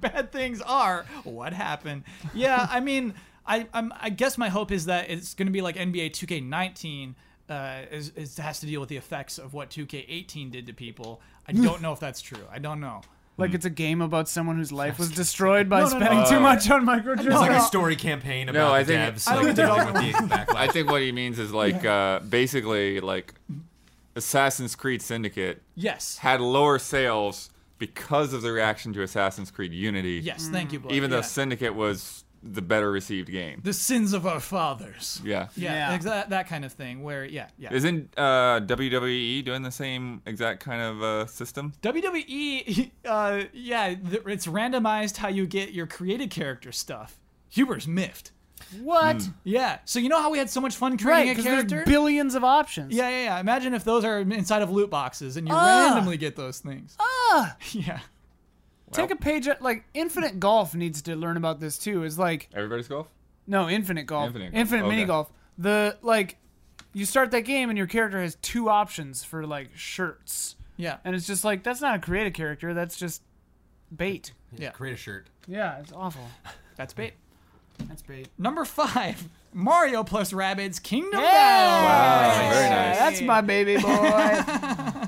bad things are what happened. Yeah, I mean, I I'm, I guess my hope is that it's going to be like NBA 2K19. Uh, is, is has to deal with the effects of what 2K18 did to people. I don't know if that's true. I don't know.
like it's a game about someone whose life was destroyed by
No, no, no.
spending too
Uh,
much on microtransactions.
It's like
No.
a story campaign about
No, I
the
think-
devs,
I
like
think-
dealing with the backlash.
I think what he means is like uh, basically like Assassin's Creed Syndicate
Yes.
had lower sales because of the reaction to Assassin's Creed Unity.
Yes. Thank you. Blake.
Even
Yeah.
though Syndicate was the better received game.
the sins of our fathers.
Yeah.
Yeah.
Yeah.
exa- That, kind of thing. Where yeah yeah.
Isn't uh, WWE doing the same exact kind of uh, system?
WWE, uh, yeah, th- it's randomized how you get your created character stuff. Huber's miffed.
what?
Yeah. So you know how we had so much fun
Right,
creating hmm. a
because there's
character?
billions of options.
Yeah, yeah, yeah. Imagine if those are inside of loot boxes and you
Ah.
randomly get those things.
Ah,
Yeah.
take a page. out- Like Infinite Golf needs to learn about this too. Is like
Everybody's golf?
No, infinite golf.
Infinite
Infinite,
golf. Okay.
mini golf. The like you start that game and your character has two options for like shirts.
Yeah.
And it's just like that's not a creative character, that's just bait.
Yeah.
Create a shirt.
Yeah, it's awful.
That's bait.
That's bait.
Number five, Mario plus Rabbids Kingdom
Yeah!
Battle.
Wow, very nice.
That's my baby boy.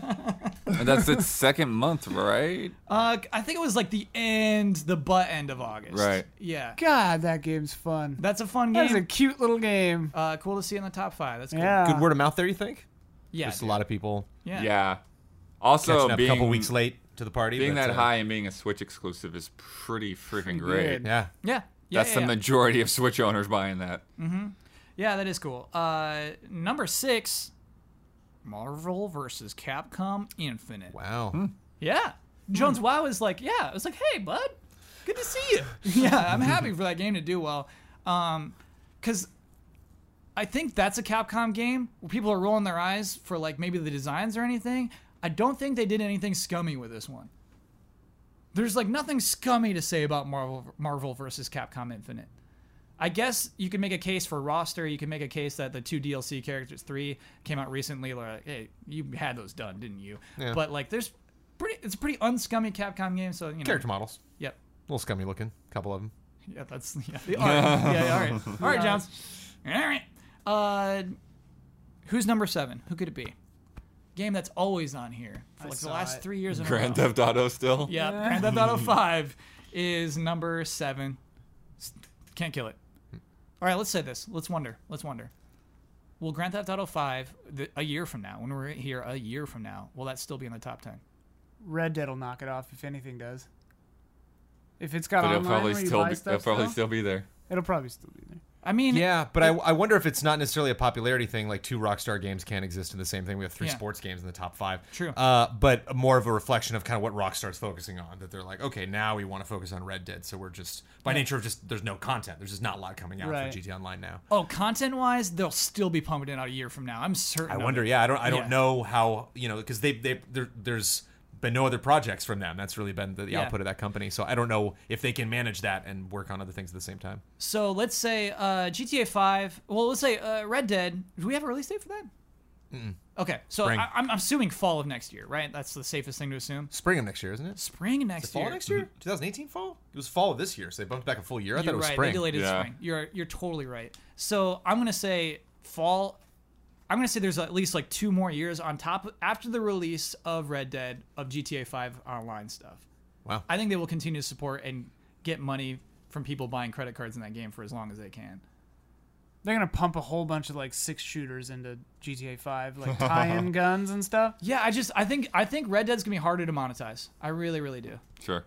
And that's its second month, right?
Uh, I think it was like the end, the butt end of August.
Right.
Yeah.
God, that game's fun.
That's a fun
That is
game.
a cute little game.
uh,
Uh.
cool to see in the top five. That's cool.
Yeah.
Good word of mouth there, you think?
Yeah.
Just a lot of people.
Yeah.
Yeah. Also,
Catching up
being
a couple weeks late to the party.
being
but,
that
uh,
high and being a Switch exclusive is pretty freaking great.
good.
Yeah.
Yeah. Yeah,
That's
yeah,
the
yeah.
majority of Switch owners buying that.
Yeah, that is cool. Uh, number six, Marvel versus Capcom Infinite.
Wow.
Yeah, Jones Wow is like, yeah, I was like, hey, bud, good to see you. yeah, I'm happy for that game to do well, because I think that's a Capcom game where people are rolling their eyes for like maybe the designs or anything. I don't think they did anything scummy with this one. There's like nothing scummy to say about Marvel Marvel versus Capcom Infinite. I guess you can make a case for roster. You can make a case that the two DLC characters, three came out recently. Like, hey, you had those done, didn't you? But like, there's pretty. It's a pretty unscummy Capcom game. So you know.
Character models.
Yep.
A little scummy looking. couple of them.
Yeah, that's yeah. the- All right. yeah, yeah, all right. All right, Johns. All right. Uh, who's number seven? Who could it be? Game that's always on here for like the
saw
last
it.
three years. In
Grand
a row.
Theft Auto still.
Uh-huh. Yeah, Grand Theft Auto Five is number seven. S- Can't kill it. All right, let's say this. Let's wonder. Let's wonder. Will Grand Theft Auto Five the, a year from now, when we're here a year from now, will that still be in the top ten?
Red Dead'll knock it off if anything does. If it's got
But it'll
online,
probably
where you
still
buy
be,
stuff
it'll probably
still,
still be there.
it'll probably still be there.
I mean,
Yeah, but I, I wonder if it's not necessarily a popularity thing. Like two Rockstar games can't exist in the same thing. We have three
Yeah.
sports games in the top five.
True.
Uh, but more of a reflection of kind of what Rockstar's focusing on. That they're like, okay, now we want to focus on Red Dead. So we're just by nature of just there's no content. There's just not a lot coming out
Right.
for GTA Online now.
Oh, content wise, they'll still be pumping it out a year from now. I'm certain.
I
of
wonder.
it.
Yeah, I don't. I don't
Yeah.
know how you know because they they there, there's been no other projects from them. That's really been the, the
Yeah.
output of that company. So I don't know if they can manage that and work on other things at the same time.
So let's say uh, GTA 5. Well, let's say uh, Red Dead. Do we have a release date for that? Okay, so
Spring.
I, I'm assuming fall of next year, right? That's the safest thing to assume.
Spring of next year, isn't it?
Spring next
Fall
year.
next year, Mm-hmm. 2018 fall. It was fall of this year, so they bumped back a full year. I thought
You're
it was
right.
spring.
They delayed it to
Yeah.
spring. You're you're totally right. So I'm gonna say fall. I'm gonna say there's at least like two more years on top after the release of Red Dead of GTA 5 online stuff.
Wow.
I think they will continue to support and get money from people buying credit cards in that game for as long as they can.
They're gonna pump a whole bunch of like six shooters into GTA Five, like tie-in guns and stuff.
Yeah, I just I think I think Red Dead's gonna be harder to monetize. I really really do.
Sure.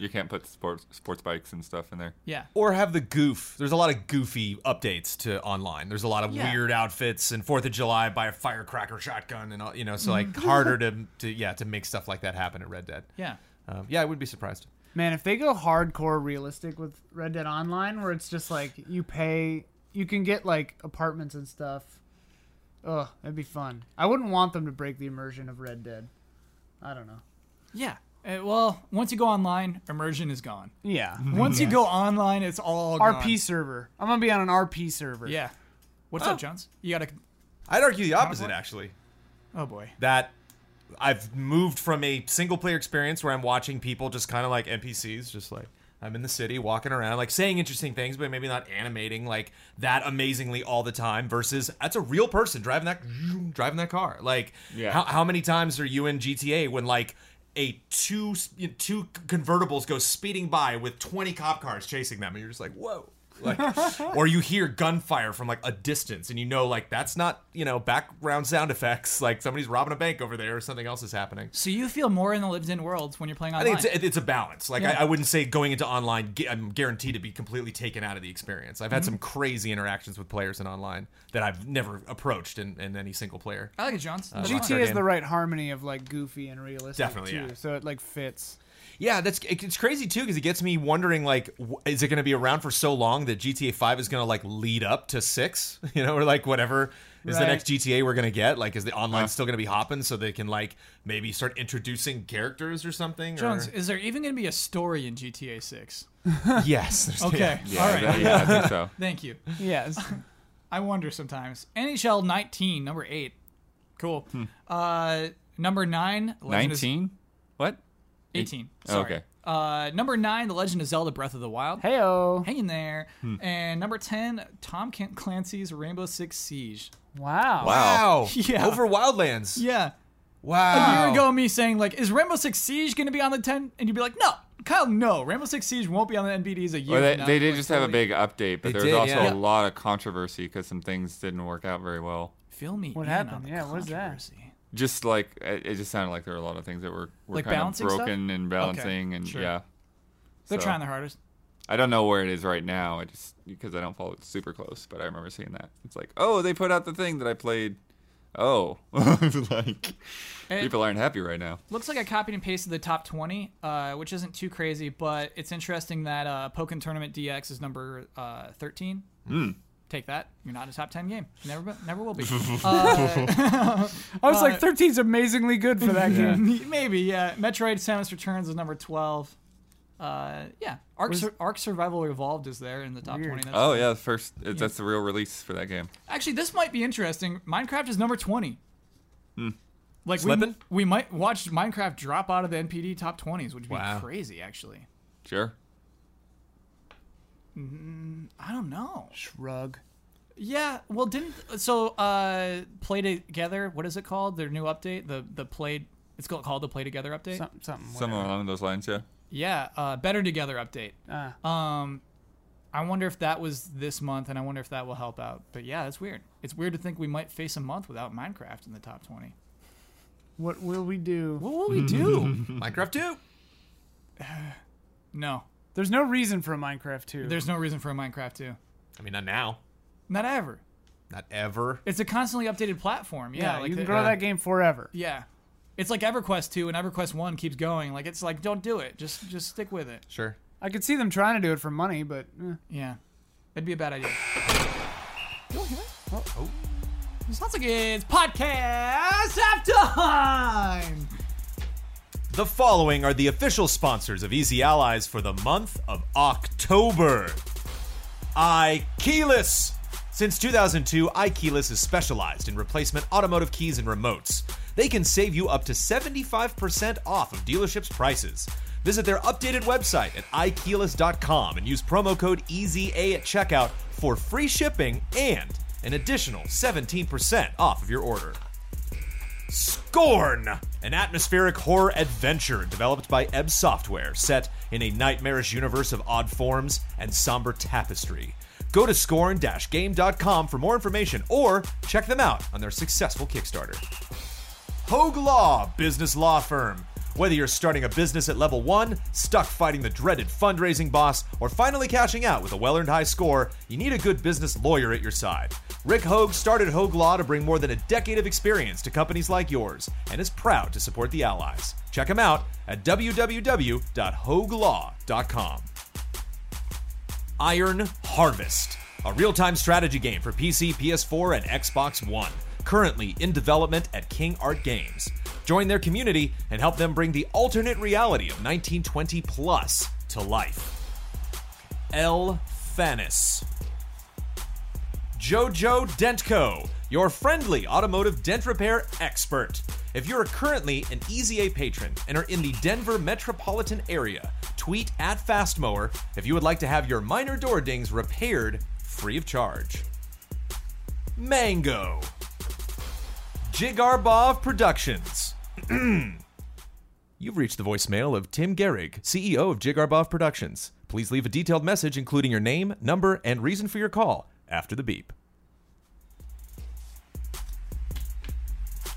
You can't put sports sports bikes and stuff in there.
Yeah.
or have the goof. There's a lot of goofy updates to online. There's a lot of
Yeah.
weird outfits and Fourth of July by a firecracker shotgun and all, you know. So like harder to, to yeah to make stuff like that happen at Red Dead.
Mm-hmm. Yeah.
Um, yeah, I would be surprised.
Man, if they go hardcore realistic with Red Dead Online, where it's just like you pay, you can get like apartments and stuff. Ugh, that'd be fun. I wouldn't want them to break the immersion of Red Dead. I don't know.
Yeah. Uh, well, once you go online, immersion is gone.
Yeah.
Mm-hmm.
Once you go online, it's all gone.
RP server. I'm gonna be on an RP server.
Yeah. What's
Oh.
up, Jones? You gotta.
I'd argue the opposite actually.
Oh boy.
That I've moved from a single player experience where I'm watching people just kind of like NPCs, just like. I'm in the city walking around, like saying interesting things, but maybe not animating like that amazingly all the time. Versus, that's a real person driving that driving that car. Like,
Yeah.
how, how many times are you in GTA when like a two you know, two convertibles go speeding by with 20 cop cars chasing them, and you're just like, whoa. Like, or you hear gunfire from like a distance, and you know like that's not you know background sound effects. Like somebody's robbing a bank over there, or something else is happening.
So you feel more in the lived-in worlds when you're playing
I
online.
think it's a, it's a balance. Like
Yeah.
I, I wouldn't say going into online, gu- I'm guaranteed to be completely taken out of the experience. I've had some crazy interactions with players in online that I've never approached in, in any single player.
I like it, Jones.
GTA
Rockstar
is
game.
the right harmony of like goofy and realistic
Definitely,
too,
yeah.
so it like fits.
Yeah, that's it- it's crazy too because it gets me wondering like, w- is it going to be around for so long that GTA Five is going to like lead up to six, you know, or like whatever is the
Right.
next GTA we're going to get? Like, is
Uh-huh.
the online still going to be hopping so they can like maybe start introducing characters or something?
Jones,
or-
is there even gonna be a story in GTA 6?
yes. there's-
Okay.
Yeah,
All right.
that- yeah, I think so.
Thank you.
Yes.
I wonder sometimes. NHL 19, number eight. Cool.
Hmm.
Uh, number nine. Legend of-
19? What?
18.
Oh,
Sorry.
okay.
Uh, number nine, The Legend of Zelda: Breath of the Wild.
Heyo.
Hanging there.
Hmm.
And number ten, Tom Kent Clancy's Rainbow Six Siege.
Wow.
Wow.
Yeah.
Over Wildlands.
Yeah. A
Wow.
year ago, me saying like, "Is Rainbow Six Siege going to be on the 10?" And you'd be like, "No, Kyle, no. Rainbow Six Siege won't be on the NBDs a year."
Or they,
from now."
they did
Like,
just have a
totally.
big update, but
They
there was
did,
also
yeah.
a lot of controversy because some things didn't work out very well.
Fill me.
What
in
happened?
On the
Yeah, what is that?
controversy.
just like it, it just sounded like there were a lot of things that were, were
Like
kind of
balancing stuff?
broken and balancing and
sure.
yeah.
They're
So,
trying their hardest.
I don't know where it is right now. I just because I don't follow it super close, but I remember seeing that. It's like, oh, they put out the thing that I played. Oh, like
And-
people aren't happy right now.
Looks like I copied and pasted the top 20, uh, which isn't too crazy, but it's interesting that uh, Pokken Tournament DX is number uh, 13. Take that. You're not a top 10 game. Never, be- never will be. uh,
I was
Uh,
like, 13's amazingly good for that game.
maybe, yeah. Metroid Samus Returns is number 12. Uh, yeah. Arc, Sur- Arc Survival Evolved is there in the top
Weird.
20. That's-
Oh yeah, the first it, that's the real release for that game.
Actually, this might be interesting. Minecraft is number 20. Like, we,
Slippin'?
we might watch Minecraft drop out of the NPD top 20s, which would be
Wow.
crazy, actually.
Sure.
I don't know.
Shrug.
Yeah, well, didn't so uh play together? What is it called? Their new update, the the played. It's called, called the play together update.
Something. something
Somewhere along those lines, yeah.
yeah, uh, better together update.
whatever. Uh,
Um, I wonder if that was this month, and I wonder if that will help out. But yeah, that's weird. It's weird to think we might face a month without Minecraft in the top twenty.
what will we do?
What will we do?
Minecraft 2.
no,
There's no reason for a Minecraft 2.
there's no reason for a Minecraft two.
I mean, not now.
Not ever.
Not ever.
It's a constantly updated platform. Yeah,
yeah,
like
you can
the-
grow that game forever.
yeah. It's like EverQuest 2 and EverQuest 1 keeps going. Like it's like don't do it. Just just stick with it.
Sure.
I could see them trying to do it for money, but eh.
Yeah. That'd be a bad idea.
Oh, oh.
It sounds like it's podcast half time.
The following are the official sponsors of Easy Allies for the month of October. iKeyless. Since 2002, iKeyless is specialized in replacement automotive keys and remotes. They can save you up to 75% off of dealerships' prices. Visit their updated website at iKeyless.com and use promo code EZA at checkout for free shipping and an additional 17% off of your order. Scorn, an atmospheric horror adventure developed by Ebb Software, set in a nightmarish universe of odd forms and somber tapestry. Go to scorn-game.com for more information or check them out on their successful Kickstarter. Hoag Law, business law firm. Whether you're starting a business at level one, stuck fighting the dreaded fundraising boss, or finally cashing out with a well earned high score, you need a good business lawyer at your side. Rick Hoag started Hoag Law to bring more than a decade of experience to companies like yours and is proud to support the allies. Check him out at www.hoaglaw.com. Iron Harvest, a real time strategy game for PC, PS4, and Xbox One, currently in development at King Art Games. Join their community and help them bring the alternate reality of 1920 plus to life. El Fanis. Jojo Dentco, your friendly automotive dent repair expert. If you're currently an EZA patron and are in the Denver metropolitan area, tweet at Fastmower if you would like to have your minor door dings repaired free of charge. Mango. Jigarbov Productions. You've reached the voicemail of Tim Gehrig, CEO of Jigarbov Productions. Please leave a detailed message including your name, number, and reason for your call after the beep.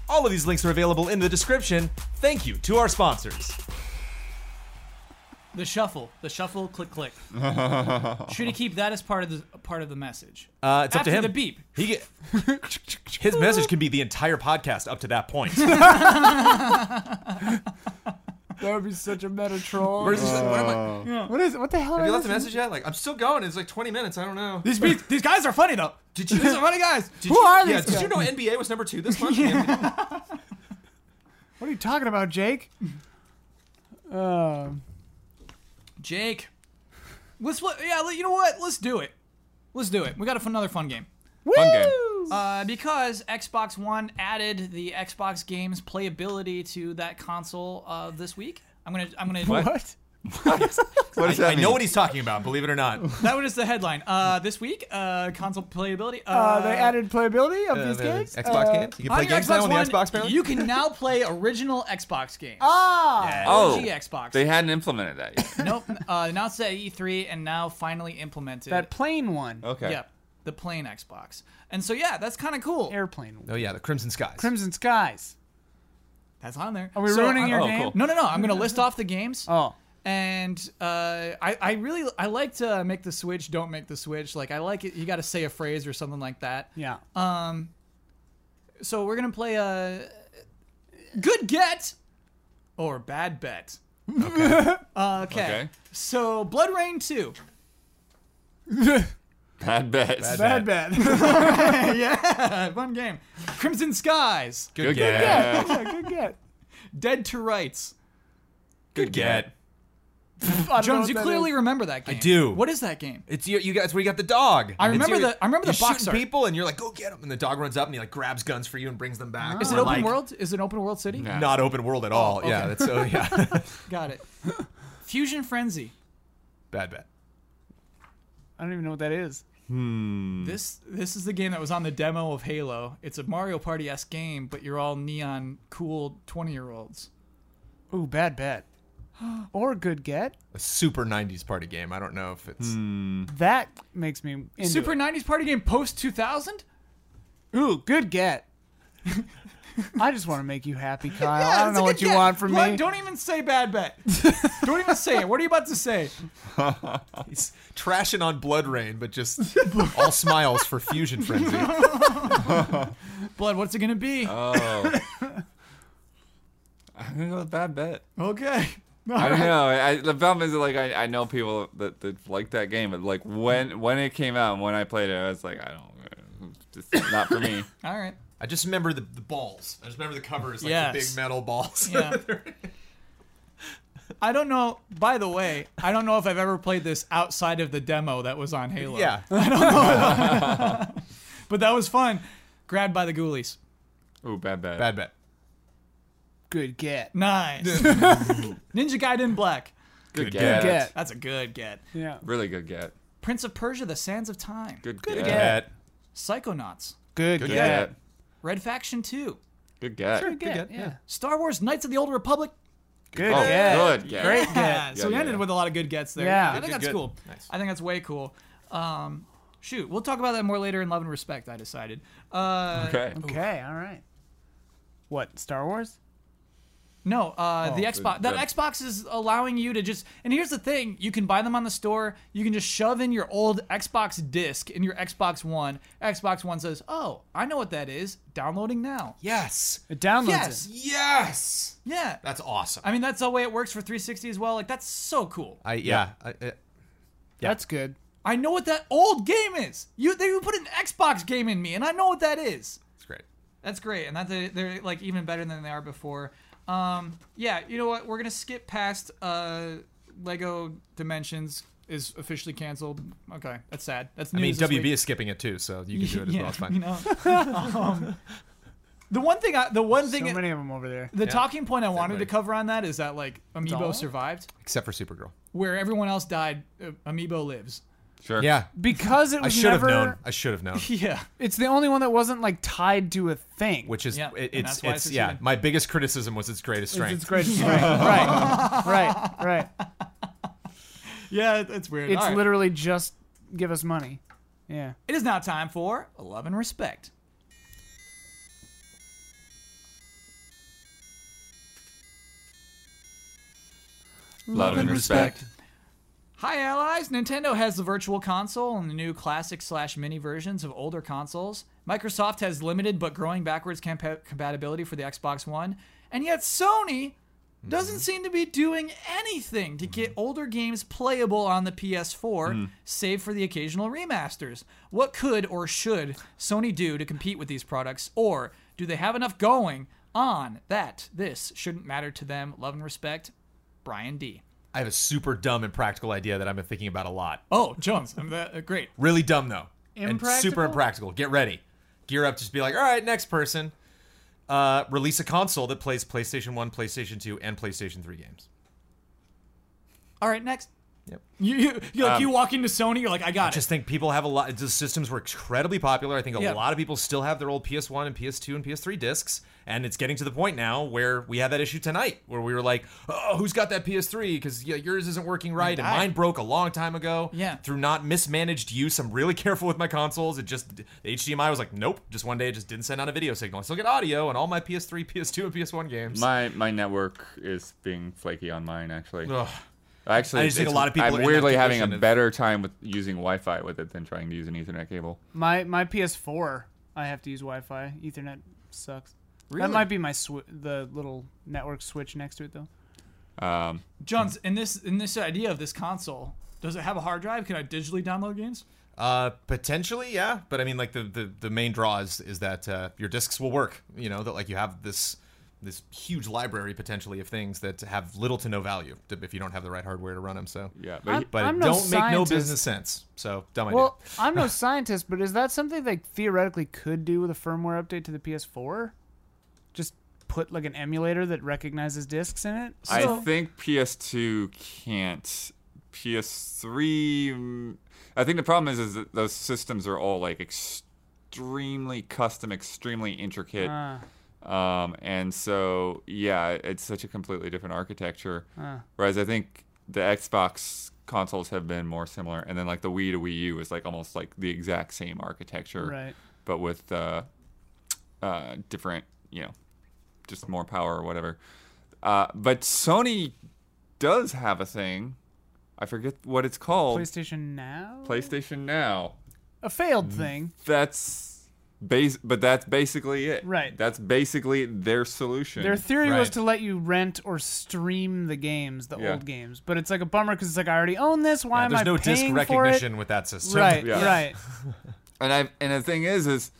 All of these links are available in the description. Thank you to our sponsors.
The shuffle. The shuffle click click. Should he keep that as part of the part of the message?
Uh, it's up
After
to him.
the beep.
He get, his message can be the entire podcast up to that point.
that would be such a meta troll.
Where's this- what am I-
what is? What the hell?
have you
are
left a message yet? Like, I'm still going. It's like 20 minutes. I don't know.
These beats, these guys are funny though.
Did you?
These are funny guys.
Did
Who
you,
are
yeah,
these
Did you know NBA was number two this month? Yeah.
What are you talking about, Jake? Um,
Jake. Let's what yeah, you know what? Let's do it. Let's do it. We got a fun, another fun game.
Fun game.
Uh, because Xbox One added the Xbox games playability to that console uh, this week. I'm gonna I'm gonna
What?
what?
What does that
I
mean?
know what he's talking about. Believe it or not.
that was just the headline. Uh, this week, uh, console playability. Uh,
Uh, they added playability of these
the
games.
Xbox
Uh,
games. You can
on
play
your
games now
Xbox
on
One.
the Xbox. Apparently.
you can now play original Xbox games.
Ah,
Oh,
OG Xbox.
They hadn't implemented that yet.
nope. Uh, announced at E3 and now finally implemented.
that plane
Oh.
one,
Okay.
Yep. The plain Xbox. And so yeah, that's kind of cool.
airplane one.
Oh yeah, the Crimson Skies.
Crimson Skies.
That's on there.
Are we ruining your
Oh,
game?
cool.
No, no, no. I'm gonna list off the games.
Oh.
And uh, I, I really I like to make the switch. Don't make the switch. Like I like it. You got to say a phrase or something like that.
Yeah.
So we're gonna play a good get or bad bet. Uh, Okay.
Okay.
So Blood Rain Two.
Bad bet. Bad
bad bet.
yeah, fun game. Crimson Skies.
Good get.
yeah, good get.
Dead to Rights.
Good get.
I don't know
Jones,
what
you
that
clearly
is.
remember that game. I
do.
What is that game?
It's you, you guys where you got the dog.
I remember
It's your-
the- I remember the
you're
box
shooting
art.
people and you're like, go get him, and the dog runs up and he like grabs guns for you and brings them back.
Is it
Or,
open
like,
world? Oh, Is it an open world city?
No.
Not open world at all. Yeah, that's so yeah.
Got it. Fusion Frenzy.
Bad bet.
I don't even know what that is.
This this is the game that was on the demo of Halo. It's a Mario Party esque game, but you're all neon, cool twenty year olds.
Ooh, bad bet. Or good get.
A super '90s party game. I don't know if it's
Hmm.
That makes me into
Super nineties party game post two thousand.
it. Ooh, good get. I just want to make you happy, Kyle. I don't know what you
get.
want from
Blood-
me.
Don't even say bad bet. don't even say it. What are you about to say?
he's trashing on Blood Rain, but just all smiles for Fusion Frenzy.
Blood. What's it gonna be?
Oh. I'm gonna go with bad bet.
okay.
I don't know. I, the problem is like I, I know people that, that like that game, but like when when it came out and when I played it, I was like, I don't, it's just not for me.
All right.
I just remember the, the balls. I just remember the cover is like the
Yes.
big metal balls.
Yeah. I don't know. By the way, I don't know if I've ever played this outside of the demo that was on Halo.
yeah.
But that was fun. Grabbed by the ghoulies.
Ooh, bad bet.
Bad bet.
Good get.
Nice. Ninja Gaiden Black.
Good,
Good
get.
get.
That's a good get.
Yeah.
Really good get.
Prince of Persia, The Sands of Time.
Good, good
get.
Bet.
Psychonauts.
Good,
Good
Good
get.
get.
Red Faction 2.
Good get.
Good get. Yeah.
Star Wars Knights of the Old Republic.
Good
Oh,
get.
good get.
Great
Yeah,
get.
so we
yeah,
ended
yeah.
with a lot of good gets there.
Yeah.
I think
Good,
that's
good.
cool.
Nice.
I think that's way cool. Um, shoot, we'll talk about that more later in Love and Respect, I decided. Uh,
Okay.
Okay, all right. What, Star Wars?
No, uh, the Xbox.
good,
That
good.
Xbox is allowing you to just. And here's the thing: you can buy them on the store. You can just shove in your old Xbox disc in your Xbox One. Xbox One says, "Oh, I know what that is. Downloading now."
Yes.
It downloads
Yes.
it.
Yes.
Yeah.
That's awesome.
I mean, that's the way it works for 360 as well. Like, that's so cool.
I yeah. I, I,
That's good.
I know what that old game is. You they put an Xbox game in me, and I know what that is.
it's great.
That's great, and that they- they're like even better than they are before. Um, yeah, you know what? We're gonna skip past uh, Lego Dimensions is officially canceled. Okay, that's sad. That's news.
I mean,
this
WB
week.
is skipping it too, so you can do it as
yeah,
well. It's fine.
You know, Um, the one thing, I, the one
So
thing,
many of them over there.
the talking point I wanted to
everybody.
cover on that is that like Amiibo
Doll?
survived,
Except for Supergirl.
where everyone else died, uh, Amiibo lives.
Sure.
Yeah.
Because it
I
was
should have
never.
known. I should have known.
Yeah.
It's the only one that wasn't like tied to a thing.
Which is
Yeah,
it-
and
it's
that's why it
it's yeah.
succeeded.
My biggest criticism was its greatest strength.
It's great. right, right, right, right.
Yeah, it's weird.
It's
All right.
literally just give us money. Yeah.
It is now time for Love and Respect.
Love and respect.
Hi, allies! Nintendo has the Virtual Console and the new classic slash mini versions of older consoles. Microsoft has limited but growing backwards compa- compatibility for the Xbox One. And yet, Sony doesn't seem to be doing anything to get older games playable on the PS4, save for the occasional remasters. What could or should Sony do to compete with these products, or do they have enough going on that this shouldn't matter to them? Love and respect, Brian D.
I have a super dumb and practical idea that I've been thinking about a lot.
Oh, Jones, I'm that, uh, great.
Really dumb though. And
Impractical?
super impractical. Get ready. Gear up. Just be like, all right, next person. Uh, release a console that plays PlayStation One, PlayStation Two, and PlayStation Three games.
All right, next.
Yep.
You, you, you like you walk into Sony, you're like, I got
just think people have a lot. The systems were incredibly popular. I think a
Yeah.
lot of people still have their old PS1 and PS2 and PS3 discs, and it's getting to the point now where we had that issue tonight, where we were like, "Oh, who's got that PS3? Because yeah, yours isn't working right, and
died.
mine broke a long time ago.
Yeah.
through not mismanaged use. I'm really careful with my consoles. It just the HDMI was like, nope. Just one day, it just didn't send out a video signal. I still get audio on all my PS3, PS2, and PS1 games.
My my network is being flaky on mine actually.
Ugh.
Actually,
I just think
it's-
a lot of people are in
I'm
that
weirdly having
position
a
of-
better time with using Wi-Fi with it than trying to use an Ethernet cable.
My my PS4, I have to use Wi-Fi. Ethernet sucks.
Really?
That might be my sw- the little network switch next to it though.
Um,
it. John's in this in this idea of this console. Does it have a hard drive? Can I digitally download games?
Uh, potentially, yeah. But I mean, like the the, the main draw is is that uh, your discs will work. You know that like you have this this huge library potentially of things that have little to no value to, if you don't have the right hardware to run them. So
yeah,
I'm-
but
but
I'm
it
no
don't make no
scientist.
business sense. So dumb idea.
Well, I'm no scientist, but is that something they theoretically could do with a firmware update to the PS4? Just put like an emulator that recognizes discs in it.
I
So-
think PS2 can't. PS3. mm, I think the problem is, is that those systems are all like extremely custom, extremely intricate.
Uh,
Um, and so, yeah, it's such a completely different architecture. Whereas I think the Xbox consoles have been more similar. And then, like, the Wii to Wii U is like almost like the exact same architecture,
right.
but with uh, uh, different, you know, just more power or whatever. Uh, but Sony does have a thing. I forget what it's called
PlayStation Now.
PlayStation Now.
a failed thing.
That's. Base, but that's basically it.
Right.
That's basically their solution.
Their theory was
Right.
to let you rent or stream the games, the
Yeah.
old games, but it's like a bummer because it's like I already own this. Why
Yeah,
am
there's
I
no disc
paying for it?
recognition with that system.
Right,
Yeah.
right.
And I and the thing is is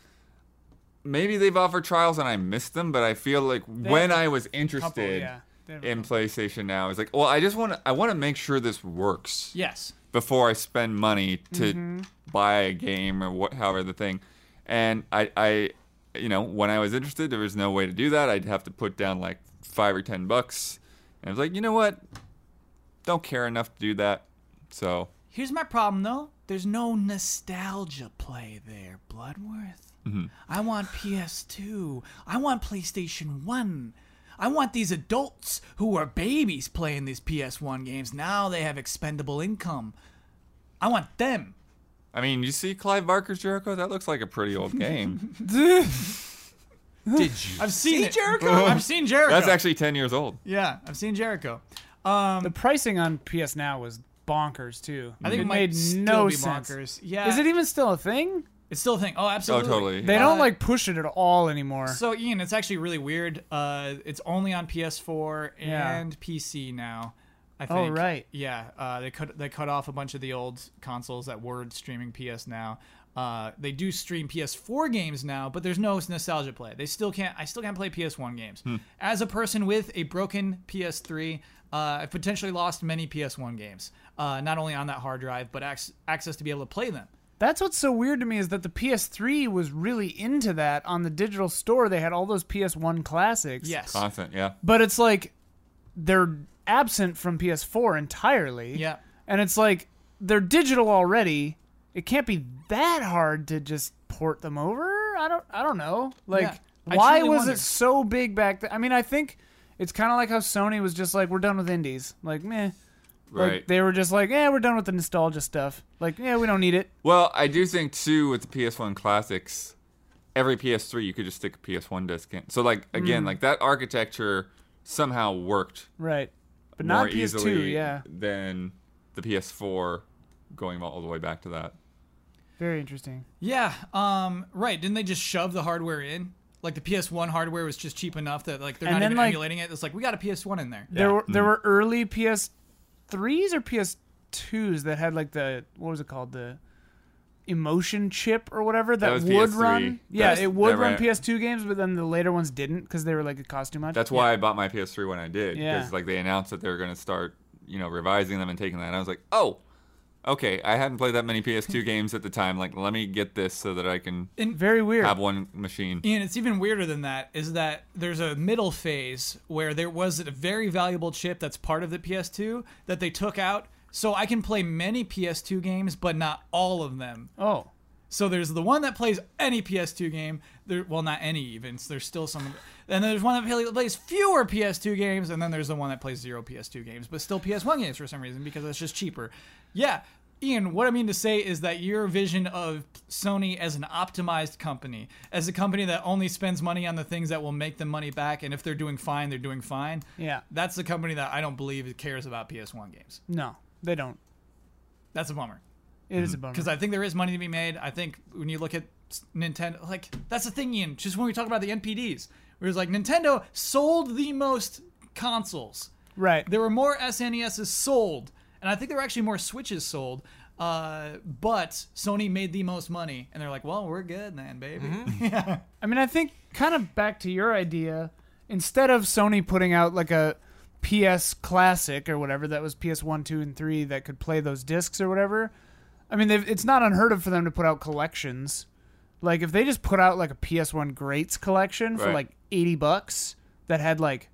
maybe they've offered trials and I missed them, but I feel like when I was
Couple,
interested
yeah. They have a
in PlayStation Now, it's like, well, I just want to I want to make sure this works
Yes.
before I spend money to
Mm-hmm.
buy a game or what, however the thing. And I, I, you know, when I was interested, there was no way to do that. I'd have to put down like five or ten bucks, and I was like, you know what, don't care enough to do that. So
Here's my problem though. There's no nostalgia play there, Bloodworth. I want PS2. I want PlayStation 1. I want these adults who were babies playing these PS1 games. Now they have expendable income. I want them.
I mean, you see Clive Barker's Jericho? That looks like a pretty old game.
Did you?
I've seen Jericho. I've seen Jericho.
That's actually 10 years old.
yeah, I've seen Jericho. Um,
The pricing on PS Now was bonkers too. I
think it
it
might
made
still
no
be
sense.
bonkers. Yeah.
Is it even still a thing?
it's still a thing. Oh,
Oh,
absolutely.
totally.
They
Yeah.
don't
Uh,
like push it at all anymore.
So Ian, it's actually really weird. Uh, it's only on PS4
Yeah.
and PC now. I
Oh,
think.
right.
Yeah, uh, they cut they cut off a bunch of the old consoles that were streaming PS now. Uh, they do stream PS4 games now, but there's no nostalgia play. They still can't. I still can't play PS1 games. As a person with a broken PS3, uh, I've potentially lost many PS1 games. Uh, not only on that hard drive, but ac- access to be able to play them.
That's what's so weird to me is that the PS3 was really into that on the digital store. They had all those PS1 classics.
Yes.
Constant, yeah.
But it's like they're absent from PS4 entirely.
Yeah.
And it's like they're digital already. It can't be that hard to just port them over. I don't I don't know. Like
Yeah. I
why
truly
was
wonder.
it so big back then? I mean, I think it's kind of like how Sony was just like we're done with indies. Like meh. Like
Right.
they were just like, "Yeah, we're done with the nostalgia stuff." Like, "Yeah, we don't need it."
well, I do think, too, with the PS1 classics, every PS3, you could just stick a PS1 disc in. So, like,
Mm.
again, like that architecture somehow worked
Right. But
more
not PS2,
easily
yeah.
than the PS4 going all the way back to that.
Very interesting.
Yeah, um, right. Didn't they just shove the hardware in? Like the PS1 hardware was just cheap enough that like they're
And
not
then,
even
like-
emulating it. It's like we got a PS1 in there.
There were
Mm-hmm.
there were early PS3s or PS2s that had like the what was it called the emotion chip or whatever that,
was
would
PS3.
run. Yeah,
That's-
it would
that
run
ran-
PS2 games, but then the later ones didn't because they were like it cost too much.
That's why I bought my PS3 when I did.
Yeah.
Because, like, they announced that they were going to start, you know, revising them and taking that. And I was like, oh, okay. I hadn't played that many PS2 games at the time. Like, let me get this so that I can
Very weird.
have one machine.
And it's even weirder than that is that there's a middle phase where there was a very valuable chip that's part of the PS2 that they took out So I can play many PS2 games, but not all of them.
Oh.
So there's the one that plays any PS2 game. There, well, not any even. so There's still some. And there's one that play- plays fewer PS2 games, and then there's the one that plays zero PS2 games, but still PS1 games for some reason because that's just cheaper. Yeah, Ian. What I mean to say is that your vision of Sony as an optimized company, as a company that only spends money on the things that will make them money back, and if they're doing fine, they're doing fine.
Yeah.
That's the company that I don't believe cares about PS1 games.
No, they don't.
That's a bummer
It
Mm-hmm.
is a bummer.
because I think there is money to be made. I think when you look at s- Nintendo, like that's the thing, Ian. Just when we talk about the NPDs, where it's like Nintendo sold the most consoles.
right.
There were more SNESs sold, and I think there were actually more Switches sold. Uh, but Sony made the most money, and they're like, "Well, we're good then, baby."
I mean, I think kind of back to your idea. Instead of Sony putting out like a PS Classic or whatever that was PS One, Two, and Three that could play those discs or whatever, I mean, they've- it's not unheard of for them to put out collections. Like if they just put out like a PS One Greats collection for
Right.
like eighty bucks that had like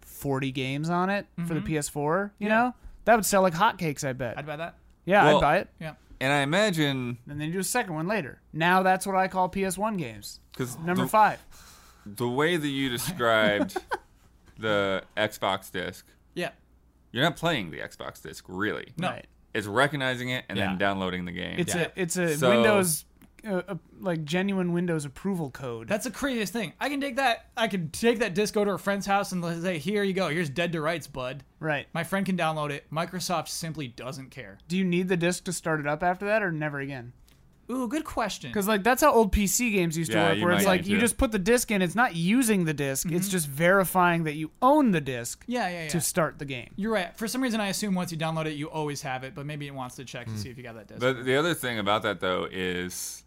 forty games on it for the PS Four, you know, that would sell like hotcakes. I bet.
Mm-hmm. I'd buy that.
yeah, I'd
Well-
buy it.
Yeah.
And I imagine
And then do a second one later. Now that's what I call PS One games.
because
Number
the,
five.
the way that you described the Xbox disc,
Yeah.
you're not playing the Xbox disc really.
No.
Right.
It's recognizing it and
Yeah.
then downloading the game.
It's a it's a
So-
Windows uh, uh, like genuine Windows approval code.
That's the craziest thing. I can take that. I can take that disc, go to a friend's house, and say, "Here you go. Here's Dead to Rights, bud."
right.
My friend can download it. Microsoft simply doesn't care.
Do you need the disk to start it up after that or never again?
Ooh, good question.
Because like that's how old PC games used
Yeah,
to work,
you
where it's
might
like
need
you
to. Mm-hmm.
just put the disk in. It's not using the disk. It's just verifying that you own the disk.
Yeah, yeah, yeah.
To start the game.
You're right. For some reason, I assume once you download it, you always have it, but maybe it wants to check to see if you got that disc.
The, the other thing about that though is,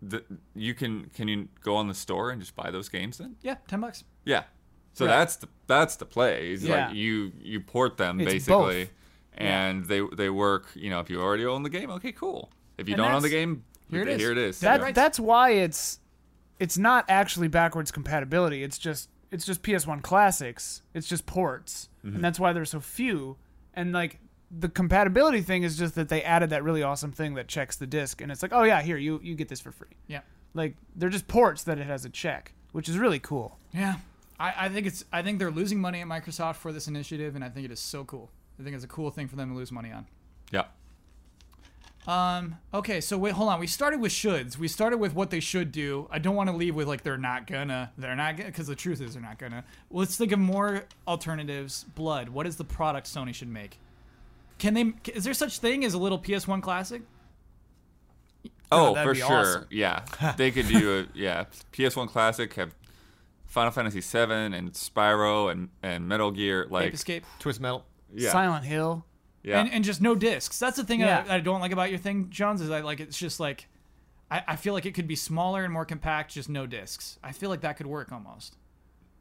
the, you can can you go on the store and just buy those games then?
yeah, ten bucks.
Yeah. So
Right.
that's the that's the play. It's
Yeah.
like you you port them
It's
basically,
both.
and they they work. You know, if you already own the game, okay, cool. If you
And
don't own the
that's-
game,
here it is.
Here it is.
That
Yeah.
that's why it's it's not actually backwards compatibility. It's just it's just PS1 classics. It's just ports,
Mm-hmm.
and that's why there's so few. And like the compatibility thing is just that they added that really awesome thing that checks the disc, and it's like, oh yeah, here you you get this for free.
Yeah,
Like they're just ports that it has a check, which is really cool.
yeah. I, I think it's. I think they're losing money at Microsoft for this initiative, and I think it is so cool. I think it's a cool thing for them to lose money on.
yeah.
Um. Okay. So wait. Hold on. We started with shoulds. We started with what they should do. I don't want to leave with like they're not gonna. They're not gonna. Because the truth is they're not gonna. Let's think of more alternatives. Blood. What is the product Sony should make? Can they? Is there such thing as a little PS1 classic?
Oh,
that'd
for
be
sure.
awesome.
Yeah, they could do a yeah PS1 classic. Have Final Fantasy VII and Spyro and and Metal Gear like
Ape Escape.
Twist metal.
yeah
Silent Hill.
yeah.
and, and just no discs. That's the thing
Yeah.
I, I don't like about your thing, Jones. Is I like it's just like I, I feel like it could be smaller and more compact, just no discs. I feel like that could work almost.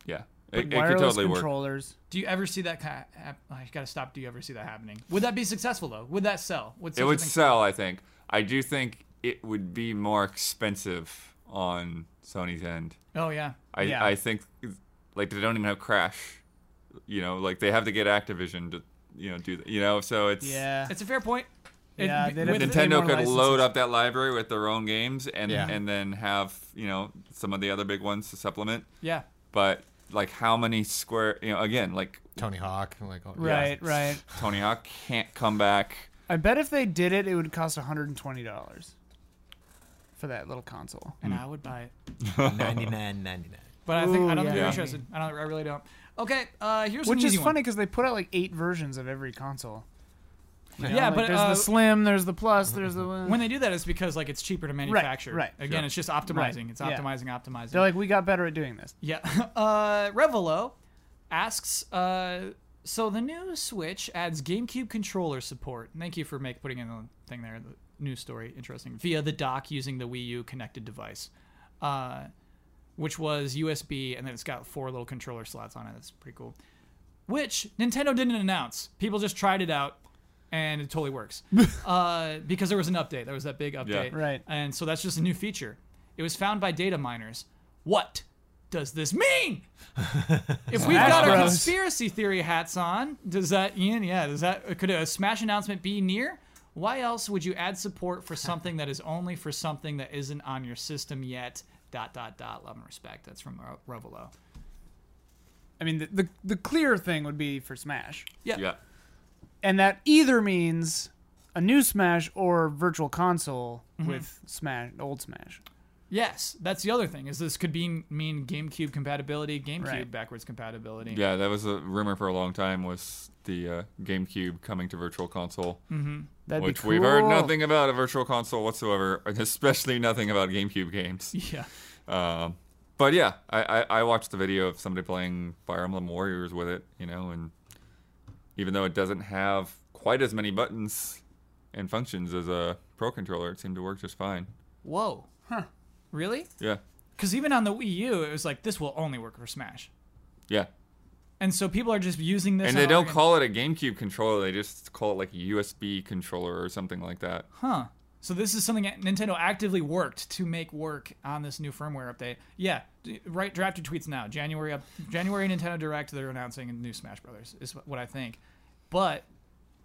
yeah.
but
It, it could
wireless
totally work.
controllers.
Do you ever see that kind? Of, hap- I gotta stop. Do you ever see that happening? Would that be successful though? Would that sell? Would such
It
a
would
thing-
sell, I think. I do think it would be more expensive on Sony's end.
Oh yeah,
I
Yeah.
I think like they don't even have Crash. You know, like they have to get Activision to you know do that. You know, so it's
Yeah.
it's a fair point.
Yeah, they'd have
with-
to pay
Nintendo
more
could load
licenses.
up that library with their own games and
Yeah.
and then have you know some of the other big ones to supplement.
yeah.
But like how many square you know again like
Tony Hawk. Like all- yeah.
Right, right.
Tony Hawk can't come back.
I bet if they did it, it would cost $120 for that little console.
And I would buy it,
99, 99.
but I think I
Ooh,
don't think
yeah.
you're
Yeah.
interested. I don't. I really don't. Okay, uh, here's
Which
an
is
easy
funny because they put out like eight versions of every console. You know,
Yeah,
like,
but,
there's
uh,
the slim, there's the plus, there's the
One. When they do that, it's because like it's cheaper to manufacture.
right.
Again,
Yeah.
it's just optimizing. It's
yeah.
optimizing, optimizing.
They're like, we got better at doing this.
Yeah. Uh, Revelo asks, uh, so the new Switch adds GameCube controller support. Thank you for make putting in the thing there. The news story, interesting. Via the dock using the Wii U connected device, uh, which was USB, and then it's got four little controller slots on it. That's pretty cool. Which Nintendo didn't announce. People just tried it out, and it totally works. uh, because there was an update. There was that big update.
Right.
And so that's just a new feature. It was found by data miners. What? does this mean? if we've got our
Bros.
conspiracy theory hats on, does that Ian? Yeah, does that could a smash announcement be near? Why else would you add support for something that is only for something that isn't on your system yet? Dot dot dot. Love and respect. That's from Ro- Rovelo.
I mean, the, the the clear thing would be for Smash,
Yeah.
Yeah.
and that either means a new Smash or Virtual Console
Mm-hmm.
with Smash, old Smash.
Yes, that's the other thing. Is this could be mean GameCube compatibility, GameCube
Right.
backwards compatibility.
Yeah, that was a rumor for a long time was the uh, GameCube coming to Virtual Console,
That'd
which
be cool.
we've heard nothing about a Virtual Console whatsoever, and especially nothing about GameCube games.
Yeah.
Um, but yeah, I, I, I watched the video of somebody playing Fire Emblem Warriors with it, you know, and even though it doesn't have quite as many buttons and functions as a Pro controller, it seemed to work just fine.
Whoa. Huh. Really?
Yeah,
Because even on the Wii U, it was like this will only work for Smash,
yeah. and
and so people are just using this.
they
on
don't
other-
call it a GameCube controller; they just call it like a USB controller or something like that.
Huh. So this is something that Nintendo actively worked to make work on this new firmware update. Yeah, d- right. Draft your tweets now. January up. January Nintendo Direct. They're announcing a new Smash Brothers. Is wh- what I think. But,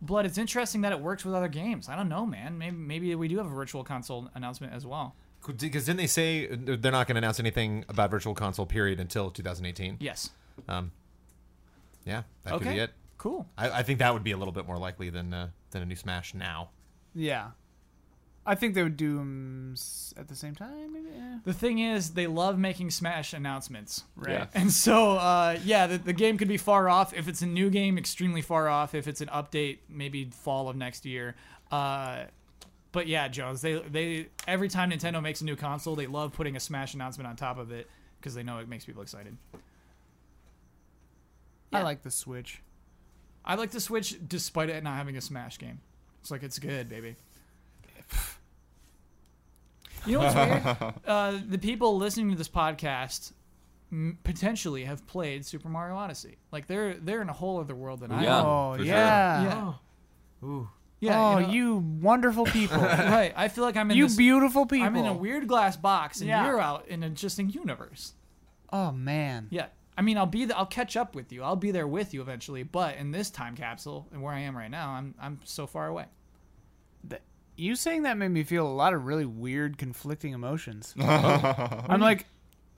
but it's interesting that it works with other games. I don't know, man. Maybe maybe we do have a virtual console announcement as well.
Because didn't they say uh, they're not going to announce anything about Virtual Console period until 2018?
Yes.
Yeah, that could
Okay.
be it.
Cool.
I, I think that would be a little bit more likely than uh, than a new Smash now.
Yeah, I think they would do them at the same time. Maybe. Yeah.
The thing is, they love making Smash announcements.
Right.
Yeah.
And so, uh, yeah, the, the game could be far off. If it's a new game, extremely far off. If it's an update, maybe fall of next year. Uh, but yeah, Jones, they they every time Nintendo makes a new console, they love putting a Smash announcement on top of it because they know it makes people excited.
I like the Switch.
I like the Switch despite it not having a Smash game. It's like it's good, baby. You know what's weird? Uh, the people listening to this podcast m- potentially have played Super Mario Odyssey. Like they're they're in a whole other world than I
Yeah,
am.
oh
for sure.
yeah.
Yeah.
Ooh.
Yeah.
oh,
know,
you wonderful people.
right. I feel like I'm in
you
this,
beautiful people.
I'm in a weird glass box and
Yeah.
you're out in a interesting universe.
Oh man.
Yeah. I mean, I'll be the, I'll catch up with you. I'll be there with you eventually, but in this time capsule and where I am right now, I'm I'm so far away.
Th- you saying that made me feel a lot of really weird, conflicting emotions. I'm like,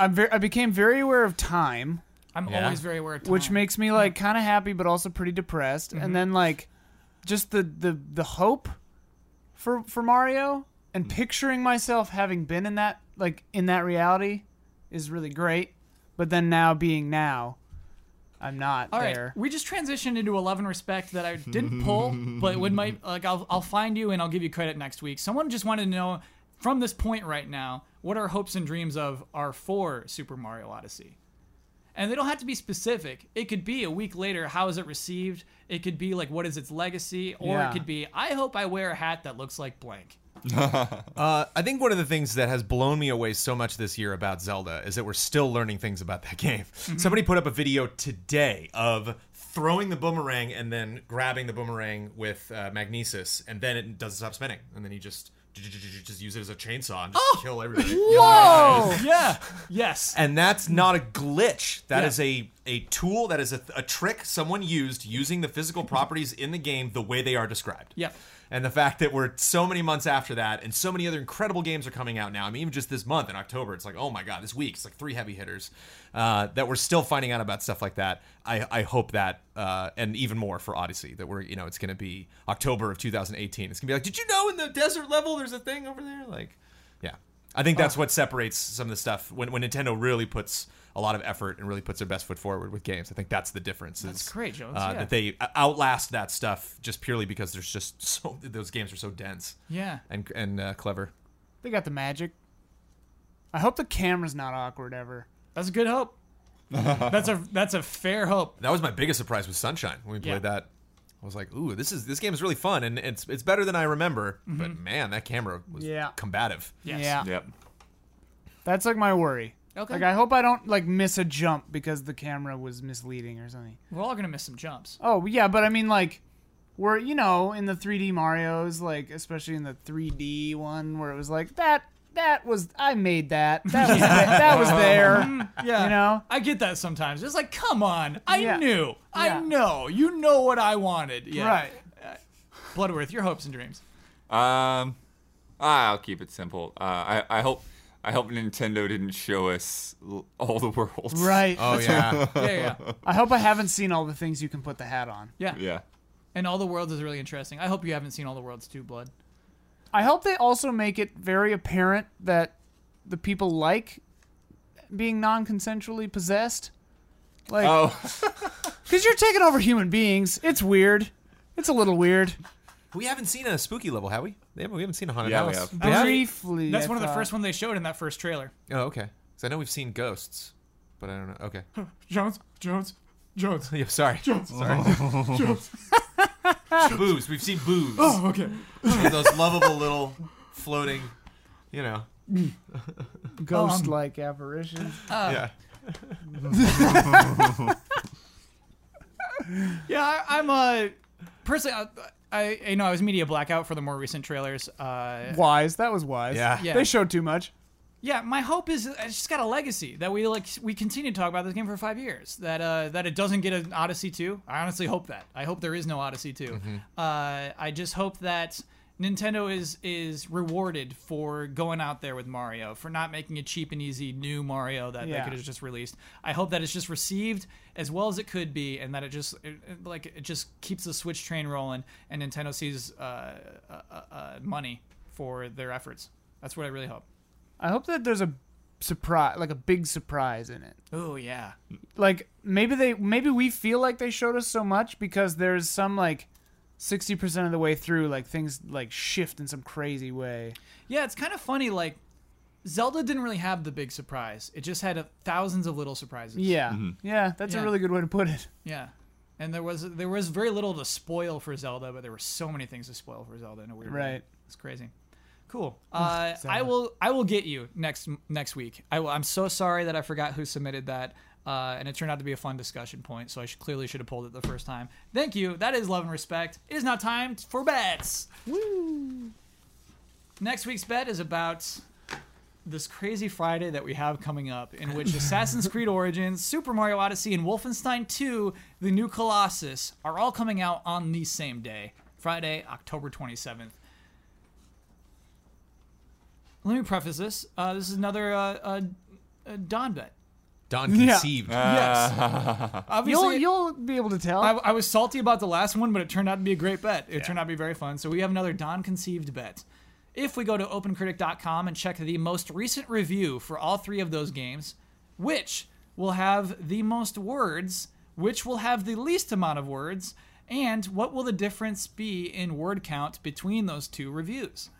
I'm very, I became very aware of time,
I'm
Yeah.
always very aware of time.
which makes me like kind of happy, but also pretty depressed. And then like, just the the the hope for for Mario and picturing myself having been in that like in that reality is really great. But then now being now, I'm not
All right,
there.
we just transitioned into 11 respect that I didn't pull, but would might like I'll I'll find you and I'll give you credit next week. Someone just wanted to know from this point right now what our hopes and dreams of are for Super Mario Odyssey. And they don't have to be specific. It could be a week later, how is it received? It could be like what is its legacy, or
Yeah.
it could be I hope I wear a hat that looks like blank.
Uh, I think one of the things that has blown me away so much this year about Zelda is that we're still learning things about that game. Somebody put up a video today of throwing the boomerang and then grabbing the boomerang with uh, magnesis, and then it doesn't stop spinning, and then you just just use it as a chainsaw and just kill everybody.
Oh!
Whoa! yeah. Yes. Mm.
And that's not a glitch. That
Yeah.
is a a tool. That is a, a trick someone used using the physical properties in the game the way they are described.
Yep.
And the fact that we're so many months after that, and so many other incredible games are coming out now. I mean, even just this month in October, it's like, oh my god, this week it's like three heavy hitters uh, that we're still finding out about stuff like that. I, I hope that, uh, and even more for Odyssey, that we're you know it's going to be October of 2018. It's going to be like, did you know in the desert level there's a thing over there? Like, yeah. I think that's what separates some of the stuff when, when Nintendo really puts a lot of effort and really puts their best foot forward with games. I think that's the difference. That's
great, Jones,
Uh,
yeah.
That they outlast that stuff just purely because there's just so those games are so dense
Yeah.
and and uh, clever.
They got the magic. I hope the camera's not awkward ever.
That's a good hope. that's a that's a fair hope.
That was my biggest surprise with Sunshine when we played
Yeah.
that. I was like, "Ooh, this is this game is really fun, and it's it's better than I remember." But man, that camera was
Yeah.
combative.
Yes.
Yeah.
Yep.
That's like my worry.
Okay.
Like I hope I don't like miss a jump because the camera was misleading or something.
We're all gonna miss some jumps.
Oh yeah, but I mean like we're you know in the 3D Mario's like especially in the 3D one where it was like that that was I made that. That was that was there.
Mm, Yeah.
You know?
I get that sometimes. It's like, come on. I
Yeah.
knew. I
Yeah.
know. You know what I wanted. Yeah.
Right.
Bloodworth, your hopes and dreams.
Um, I'll keep it simple. Uh, I I hope I hope Nintendo didn't show us l- all the worlds.
Right.
Oh yeah.
Yeah, yeah, yeah.
I hope I haven't seen all the things you can put the hat on.
yeah.
Yeah.
And All the Worlds is really interesting. I hope you haven't seen All the Worlds too, Blood.
I hope they also make it very apparent that the people like being non-consensually possessed. Like
Oh,
Because you're taking over human beings. It's weird. It's a little weird.
we haven't seen a spooky level, have we? They haven't- We haven't seen a haunted
Yeah, we
house.
have.
have we?
Briefly.
That's
I
one of the
thought.
first ones they showed in that first trailer.
Oh okay. Because I know we've seen ghosts, but I don't know. Okay.
Jones, Jones, Jones.
Yeah, sorry. Sorry. boobs. We've seen boobs.
Oh, okay.
Those lovable little floating, you know.
Ghost-like apparitions.
yeah.
Yeah, I, I'm uh, personally, I, I you know I was media blackout for the more recent trailers. Uh,
Wise. That was wise.
Yeah.
Yeah.
They showed too much.
yeah, my hope is it's just got a legacy that we like we continue to talk about this game for five years. That uh, that it doesn't get an Odyssey two. I honestly hope that. I hope there is no Odyssey 2 Uh, I just hope that. Nintendo is is rewarded for going out there with Mario, for not making a cheap and easy new Mario that they
Yeah.
could have just released. I hope that it's just received as well as it could be, and that it just it- it- like it just keeps the Switch train rolling, and Nintendo sees uh, uh, uh, uh, money for their efforts. That's what I really hope.
I hope that there's a surprise, like a big surprise in it.
Oh yeah,
Like maybe they, maybe we feel like they showed us so much because there's some like. 60% of the way through like things like shift in some crazy way
yeah. It's kind of funny. Like Zelda didn't really have the big surprise. It just had a, thousands of little surprises.
yeah yeah that's
Yeah.
a really good way to put it
Yeah. And there was there was very little to spoil for Zelda, but there were so many things to spoil for Zelda in a weird way.
Right.
It's crazy. Cool. Uh, I will I will get you next next week. I will, I'm so sorry that I forgot who submitted that. Uh, and it turned out to be a fun discussion point, so I should, clearly should have pulled it the first time. Thank you. That is love and respect. It is now time for bets. Woo! Next week's bet is about this crazy Friday that we have coming up, in which Assassin's Creed Origins, Super Mario Odyssey, and Wolfenstein 2: The New Colossus are all coming out on the same day, Friday, October 27th. Let me preface this. Uh, this is another uh, uh, uh, Don bet.
Don
Yeah.
conceived.
Yes. Obviously,
you'll you'll be able to tell
I, I was salty about the last one, but it turned out to be a great bet. It turned out to be very fun. So we have another Don conceived bet. If we go to opencritic.com and check the most recent review for all three of those games, which will have the most words, which will have the least amount of words, and what will the difference be in word count between those two reviews?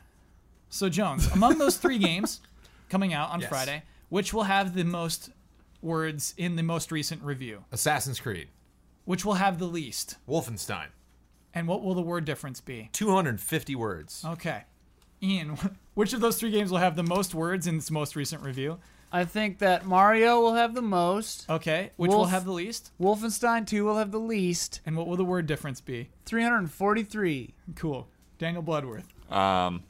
So, Jones, among those three games coming out on
Yes.
Friday, which will have the most words in the most recent review?
Assassin's Creed.
Which will have the least?
Wolfenstein.
And what will the word difference be?
250
Oh,
words.
Okay. Ian, which of those three games will have the most words in its most recent review?
I think that Mario will have the most.
Okay. Which will
Wolf.
have the least?
Wolfenstein 2 will have the least.
And what will the word difference be?
343.
Cool. Daniel Bloodworth.
Um,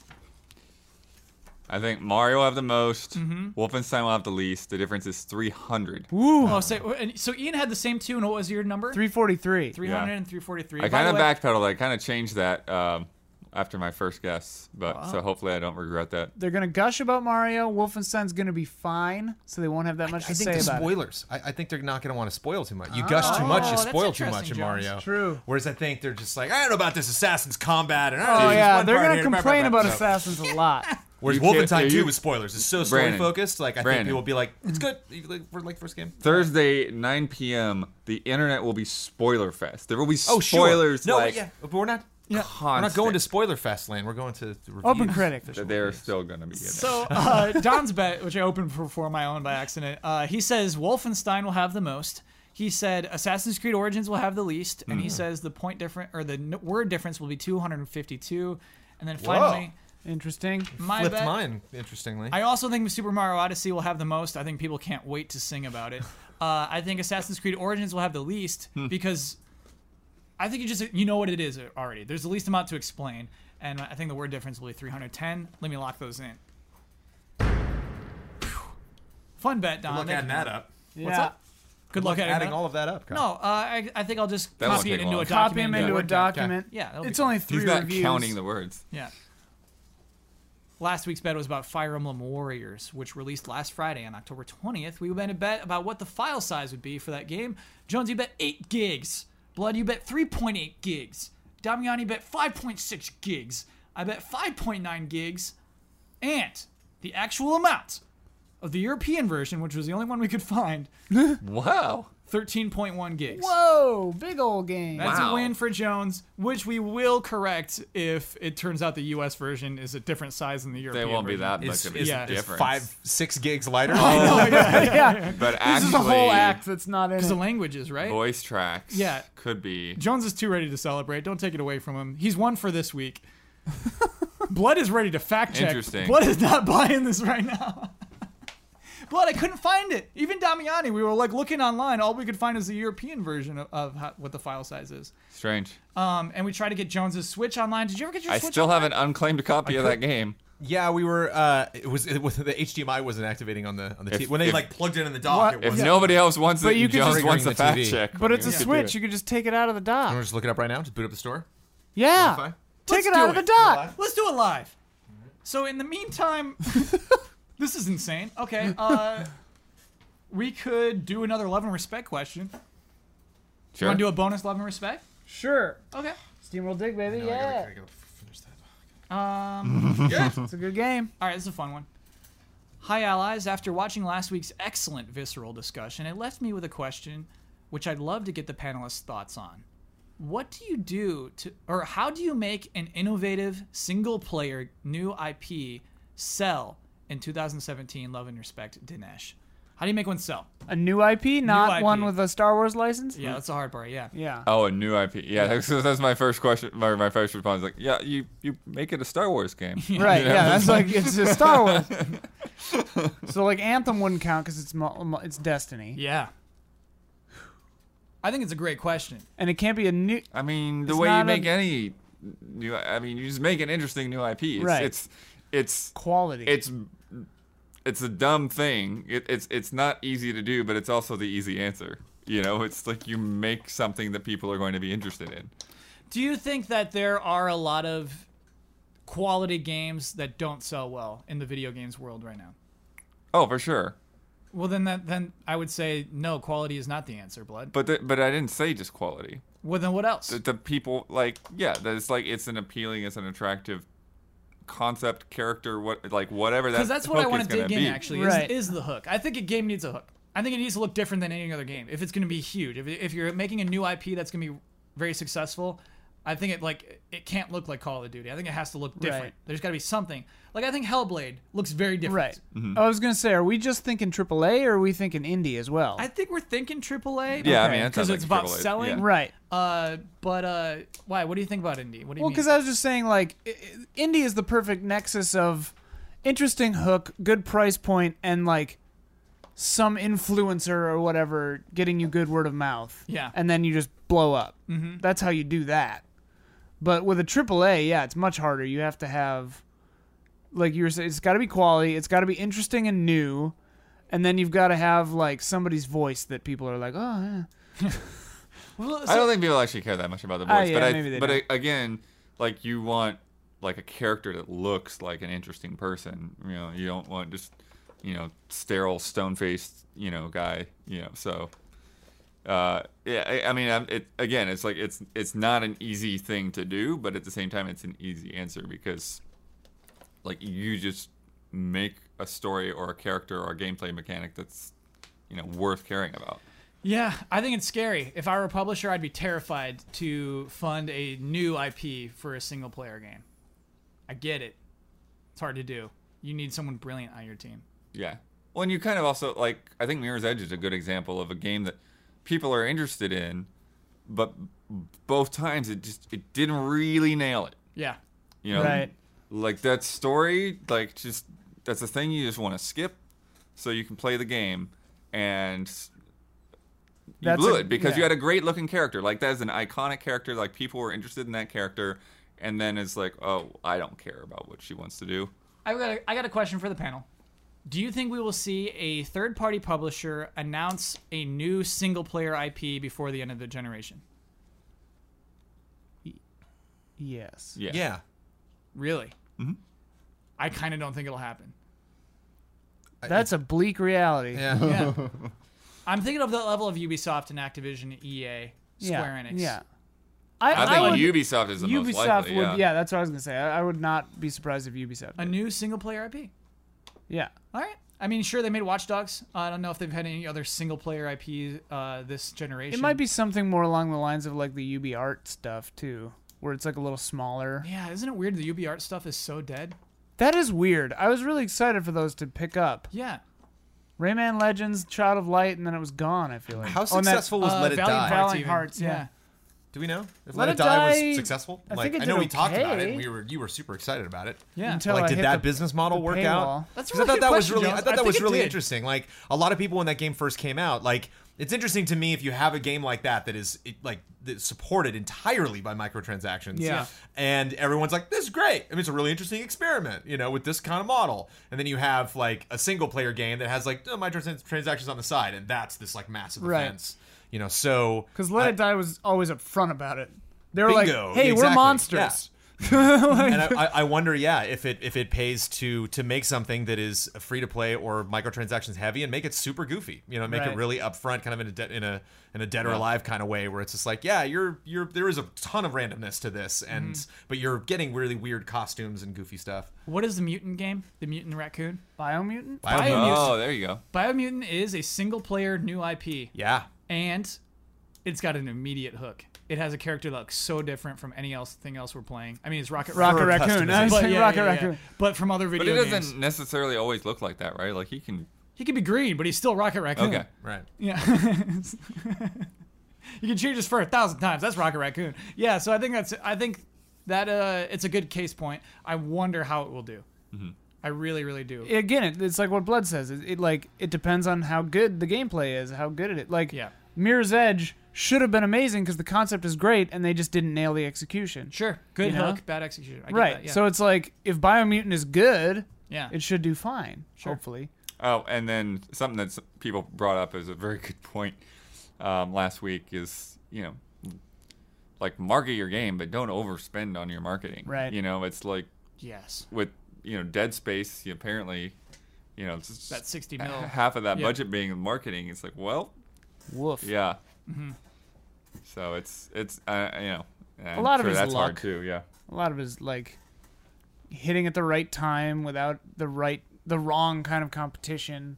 I think Mario will have the most. Wolfenstein will have the least. The difference is 300.
Woo!
Oh, so, and- so Ian had the same two, and what was your number?
343.
300
Yeah.
and 343.
I
By
kind
the
of
way-
backpedaled. I kind of changed that um, after my first guess, but so hopefully I don't regret that.
They're going to gush about Mario. Wolfenstein's going to be fine, so they won't have that much
I
to
think
say
the
about it. Oh,
spoilers. I, I think they're not going to want to spoil too much. You gush too much, you
that's
spoil too
interesting,
much in
Jones.
Mario.
True.
Whereas I think they're just like, I don't know about this Assassin's combat. And I don't know
Oh,
this
yeah.
one
They're
part
going to
here, blah, blah,
complain
blah."
about
So-
Assassins a lot.
Whereas
You can't- yeah,
Wolfenstein 2
you-
with spoilers is so story
Brandon.
focused. Like, I
Brandon.
think people will be like, it's good. Like, for like first game.
Thursday, 9 p.m., the internet will be spoiler fest. There will be
Oh, sure.
spoilers.
No,
like,
yeah. But we're not. We're not
constant.
going to spoiler fest land. We're going to the reviews.
Open critic.
Official
They're
reviews.
still going to be in there.
So uh, Don's bet, which I opened for, for my own by accident, uh, he says Wolfenstein will have the most. He said Assassin's Creed Origins will have the least, and
Mm-hmm.
he says the point different or the n- word difference will be 252. And then finally,
Interesting.
my
Flipped
bet.
mine, interestingly.
I also think Super Mario Odyssey will have the most. I think people can't wait to sing about it. Uh, I think Assassin's Creed Origins will have the least because I think you just you know what it is already. There's the least amount to explain, and I think the word difference will be 310. Let me lock those in. Fun bet, Don.
Look
Thank
adding
you.
that up.
Yeah.
What's up? Good luck, adding
Adding
that.
all of that up. Kyle.
No, uh, I, I think I'll just
That won't
copy it
take
into a
long.
Copy him
document.
into a
and-
document.
Yeah, that'll be
it's
fine.
only three
He's not
reviews.
counting the words.
Yeah. Last week's bet was about Fire Emblem Warriors, which released last Friday on October 20th. We made a bet about what the file size would be for that game. Jones, you bet 8 gigs. Blood, you bet 3.8 gigs. Damiani bet 5.6 gigs. I bet 5.9 gigs. And the actual amount of the European version, which was the only one we could find,
Wow.
13.1 gigs.
Whoa, big old game.
That's a
Wow.
win for Jones, which we will correct if it turns out the U.S. version is a different size than the
They
European.
won't be
version.
that
It's,
much of a
it's,
Yeah.
it's
difference.
five, six gigs lighter.
yeah.
but
This
actually,
is a whole act that's not in.
Because the
It.
languages, right?
voice tracks.
Yeah.
could be.
Jones is too ready to celebrate. Don't take it away from him. He's one for this week. Blood is ready to fact check.
Interesting.
Blood is not buying this right now. Blood, I couldn't find it. Even Damiani, we were like looking online. All we could find is the European version of, of how, what the file size is.
Strange.
Um, and we tried to get Jones's Switch online. Did you ever get your
I
Switch?
still have an unclaimed copy of that game.
yeah, we were. Uh, it was it was the HDMI wasn't activating on the on the
If-
TV when they
if-
like plugged it in the dock.
What?
It
If
wasn't.
nobody else wants
But
it,
you could
Jones
just-
wants
Triggering
a
the
fact
TV.
check.
But it's a
You could do
Switch.
it.
You could just take it out of the
You wanna
dock.
just look it up right now. Just boot up the store.
Yeah.
Spotify?
Take
Let's
it
do
out of
it.
the dock.
Let's do it live. So in the meantime, this is insane. Okay, uh, we could do another love and respect question.
Sure.
Want to do a bonus love and respect?
Sure.
Okay.
Steamroll dig, baby.
No, I gotta-
Yeah.
I gotta finish that.
Um,
Yeah.
It's a good game.
all right, this is a fun one. Hi, allies. After watching last week's excellent visceral discussion, it left me with a question which I'd love to get the panelists' thoughts on. What do you do to, or how do you make an innovative single player new IP sell in 2017? Love and respect, Dinesh. How do you make one sell?
A new IP, not
IP.
one with a Star Wars license.
Yeah, that's the hard part. Yeah.
Yeah.
Oh, a new IP. Yeah, that's, that's my first question. My, my first response like, yeah, you, you make it a Star Wars game.
Right. Yeah. That's like it's just Star Wars. so like Anthem wouldn't count because it's mo- mo- it's Destiny,
Yeah. I think it's a great question.
and it can't be a new.
I mean, the
It's
way
not
you
a-
make any new, I mean, you just make an interesting new IP. It's,
Right.
It's, it's,
Quality.
it's, it's a dumb thing. It, it's, it's not easy to do, but it's also the easy answer. You know, it's like you make something that people are going to be interested in.
Do you think that there are a lot of quality games that don't sell well in the video games world right now?
Oh, for sure.
Well, then that then I would say no. Quality is not the answer, Blood.
But the, but I didn't say just quality.
Well, then what else?
The, the people like yeah, that it's like it's an appealing, it's an attractive concept, character, what like whatever that.
Because that's what I
hook
want
is
to
gonna
dig in.
be.
Actually,
Right.
is, is the hook. I think a game needs a hook. I think it needs to look different than any other game. If it's going to be huge, if, if you're making a new IP that's going to be very successful, I think it like it can't look like Call of Duty. I think it has to look different.
Right.
There's got to be something. Like I think Hellblade looks very different.
right.
Mm-hmm.
I was gonna say, are we just thinking AAA or are we thinking indie as well?
I think we're thinking AAA.
Yeah, I
okay,
mean, that sounds like
it's about
AAA,
selling.
yeah.
right.
Uh, but uh, why? What do you think about indie? What do you mean?
Well, because I was just saying, like, i- i- indie is the perfect nexus of interesting hook, good price point, and like some influencer or whatever getting you good word of mouth.
Yeah.
and then you just blow up. Mm-hmm. That's how you do that. But with a AAA, yeah, it's much harder. You have to have, like you were saying, it's got to be quality. It's got to be interesting and new, and then you've got to have like somebody's voice that people are like, oh, yeah.
Well,
I
so-
don't think people actually care that much about the voice,
Ah, yeah,
but I,
maybe they
but
don't.
I, again, like you want like a character that looks like an interesting person. You know, you don't want just you know sterile stone faced you know guy. You know, so uh, yeah. I, I mean, I'm, it again, it's like it's it's not an easy thing to do, but at the same time, it's an easy answer because like you just make a story or a character or a gameplay mechanic that's you know worth caring about.
Yeah, I think it's scary. If I were a publisher, I'd be terrified to fund a new IP for a single player game. I get it. It's hard to do. You need someone brilliant on your team.
Yeah. Well, and you kind of also like I think Mirror's Edge is a good example of a game that people are interested in, but both times it just it didn't really nail it.
Yeah.
You know,
Right.
Like that story, like just that's a thing you just want to skip, so you can play the game, and you
That's
blew
a-
it because
yeah.
you had a great looking character. Like that is an iconic character. Like people were interested in that character, and then it's like, oh, I don't care about what she wants to do.
I got a, I got a question for the panel. Do you think we will see a third party publisher announce a new single player IP before the end of the generation?
Yes.
Yeah.
Yeah.
Really? Mm-hmm. I kind of don't think it'll happen.
That's a bleak reality.
Yeah.
Yeah. I'm thinking of the level of Ubisoft and Activision, EA,
Yeah,
Square Enix.
Yeah. I,
I
I
think
would,
Ubisoft is the most
Ubisoft
likely.
would.
yeah.
that's what I was gonna say. I, I would not be surprised if Ubisoft.
A
Did.
new single player IP.
Yeah.
All right. I mean, sure, they made Watch Dogs. Uh, I don't know if they've had any other single player IP uh, this generation.
It might be something more along the lines of like the UB art stuff too, where it's like a little smaller.
Yeah, isn't it weird the UB art stuff is so dead?
That is weird. I was really excited for those to pick up.
Yeah.
Rayman Legends, Child of Light, and then it was gone. I feel like.
How
Oh, and that-
successful was
Uh,
Let It
Valiant
Die?
Valiant
even.
Hearts, yeah.
Do we know
Let
if Let,
It
It Die,
Die-
was successful?
I
like,
think it
I know
did
we talked about it.
okay.
And we were you were super excited about it.
Yeah.
Until I
like,
hit
did that
the-
business model
the
work
paywall.
out?
That's a
'Cause
really
I
good
thought that was
question,
really,
Jones.
I
I
thought that
think
was
it
really
did.
interesting. Like a lot of people when that game first came out, like it's interesting to me if you have a game like that that is it, like that's supported entirely by microtransactions.
Yeah.
and everyone's like, "This is great." I mean, it's a really interesting experiment, you know, with this kind of model. And then you have like a single player game that has like oh, microtransactions on the side, and that's this like massive
Right.
offense. You know, so
Because Let It Die was always upfront about it. They were
Bingo,
like, "Hey, we're
exactly,
monsters."
and I, I- I wonder, yeah, if it if it pays to to make something that is free to play or microtransactions heavy and make it super goofy, you know, make
Right.
it really upfront, kind of in a de- in a in a dead or alive kind of way, where it's just like, yeah, you're you're there is a ton of randomness to this, and
Mm-hmm.
but you're getting really weird costumes and goofy stuff.
What is the mutant game? The Mutant Raccoon?
Biomutant.
I don't know.
Oh, there you go.
Biomutant is a single player new IP.
Yeah,
and it's got an immediate hook. It has a character that looks so different from any else thing else we're playing. I mean, it's Rocket
Rocket
For
Raccoon. I was
but
like,
yeah,
Rocket
yeah, yeah.
Raccoon.
But from other
But it
video
doesn't
games,
necessarily always look like that, right? Like he can.
he could be green, but he's still Rocket Raccoon.
Okay.
right.
Yeah. you can change his fur a thousand times. That's Rocket Raccoon. Yeah. So I think that's. I think that uh, it's a good case point. I wonder how it will do.
Mm-hmm.
I really, really do.
Again, it, it's like what Blood says. It, it like it depends on how good the gameplay is, how good it is. Like,
Yeah.
Mirror's Edge should have been amazing because the concept is great, and they just didn't nail the execution.
sure. Good
You know?
hook, bad execution. I get
Right.
that, yeah.
So it's like if Biomutant is good,
yeah.
it should do fine. Hopefully.
Oh, and then something that s- people brought up as a very good point um, last week is you know, like market your game, but don't overspend on your marketing.
Right.
You know, it's like
yes.
with you know Dead Space, you apparently, you know, it's
That sixty mil.
half of that
Yeah.
budget being in marketing. It's like, well,
Woof.
yeah. So it's it's uh, you know. I'm
A lot of
sure
it's
that's hard
luck.
too. Yeah.
A lot of it is like hitting at the right time without the right, the wrong kind of competition.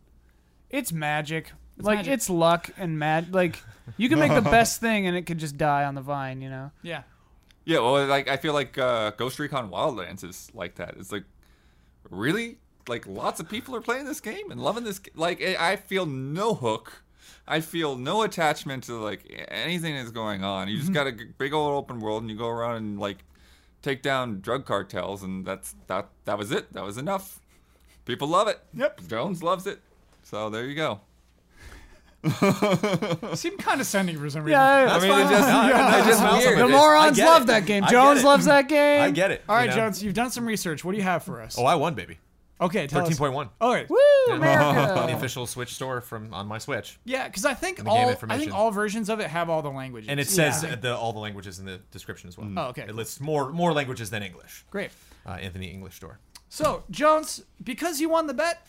It's magic. like
magic.
it's luck and mad. Like you can make the best thing and it could just die on the vine. You know.
Yeah.
Yeah, well, like I feel like uh, Ghost Recon Wildlands is like that. It's like really like lots of people are playing this game and loving this. g- Like eh, I I feel no hook. I feel no attachment to like anything that's going on.
Mm-hmm.
You just got a g- big old open world, and you go around and like take down drug cartels, and that's that. That was it. That was enough. People love it.
Yep.
Jones loves it. So there you go.
Seem condescending for some reason.
Yeah.
That's fine. No, I- I just found something.
The
It's- I
morons
get
love
it.
that game.
I get
Jones
it.
loves that game.
I get it.
All right,
you know?
Jones, you've done some research. What do you have for us?
Oh, I won, baby.
okay, tell us.
Thirteen point one.
All right.
Woo,
The
America.
official Switch store from on my Switch,
Yeah, because I think
the game
all I
information.
think all versions of it have all the languages.
and it
Yeah.
says the, all the languages in the description as well.
Oh, okay,
It
cool.
lists more more languages than English.
great.
Uh, Anthony English store.
So Jones, because you won the bet,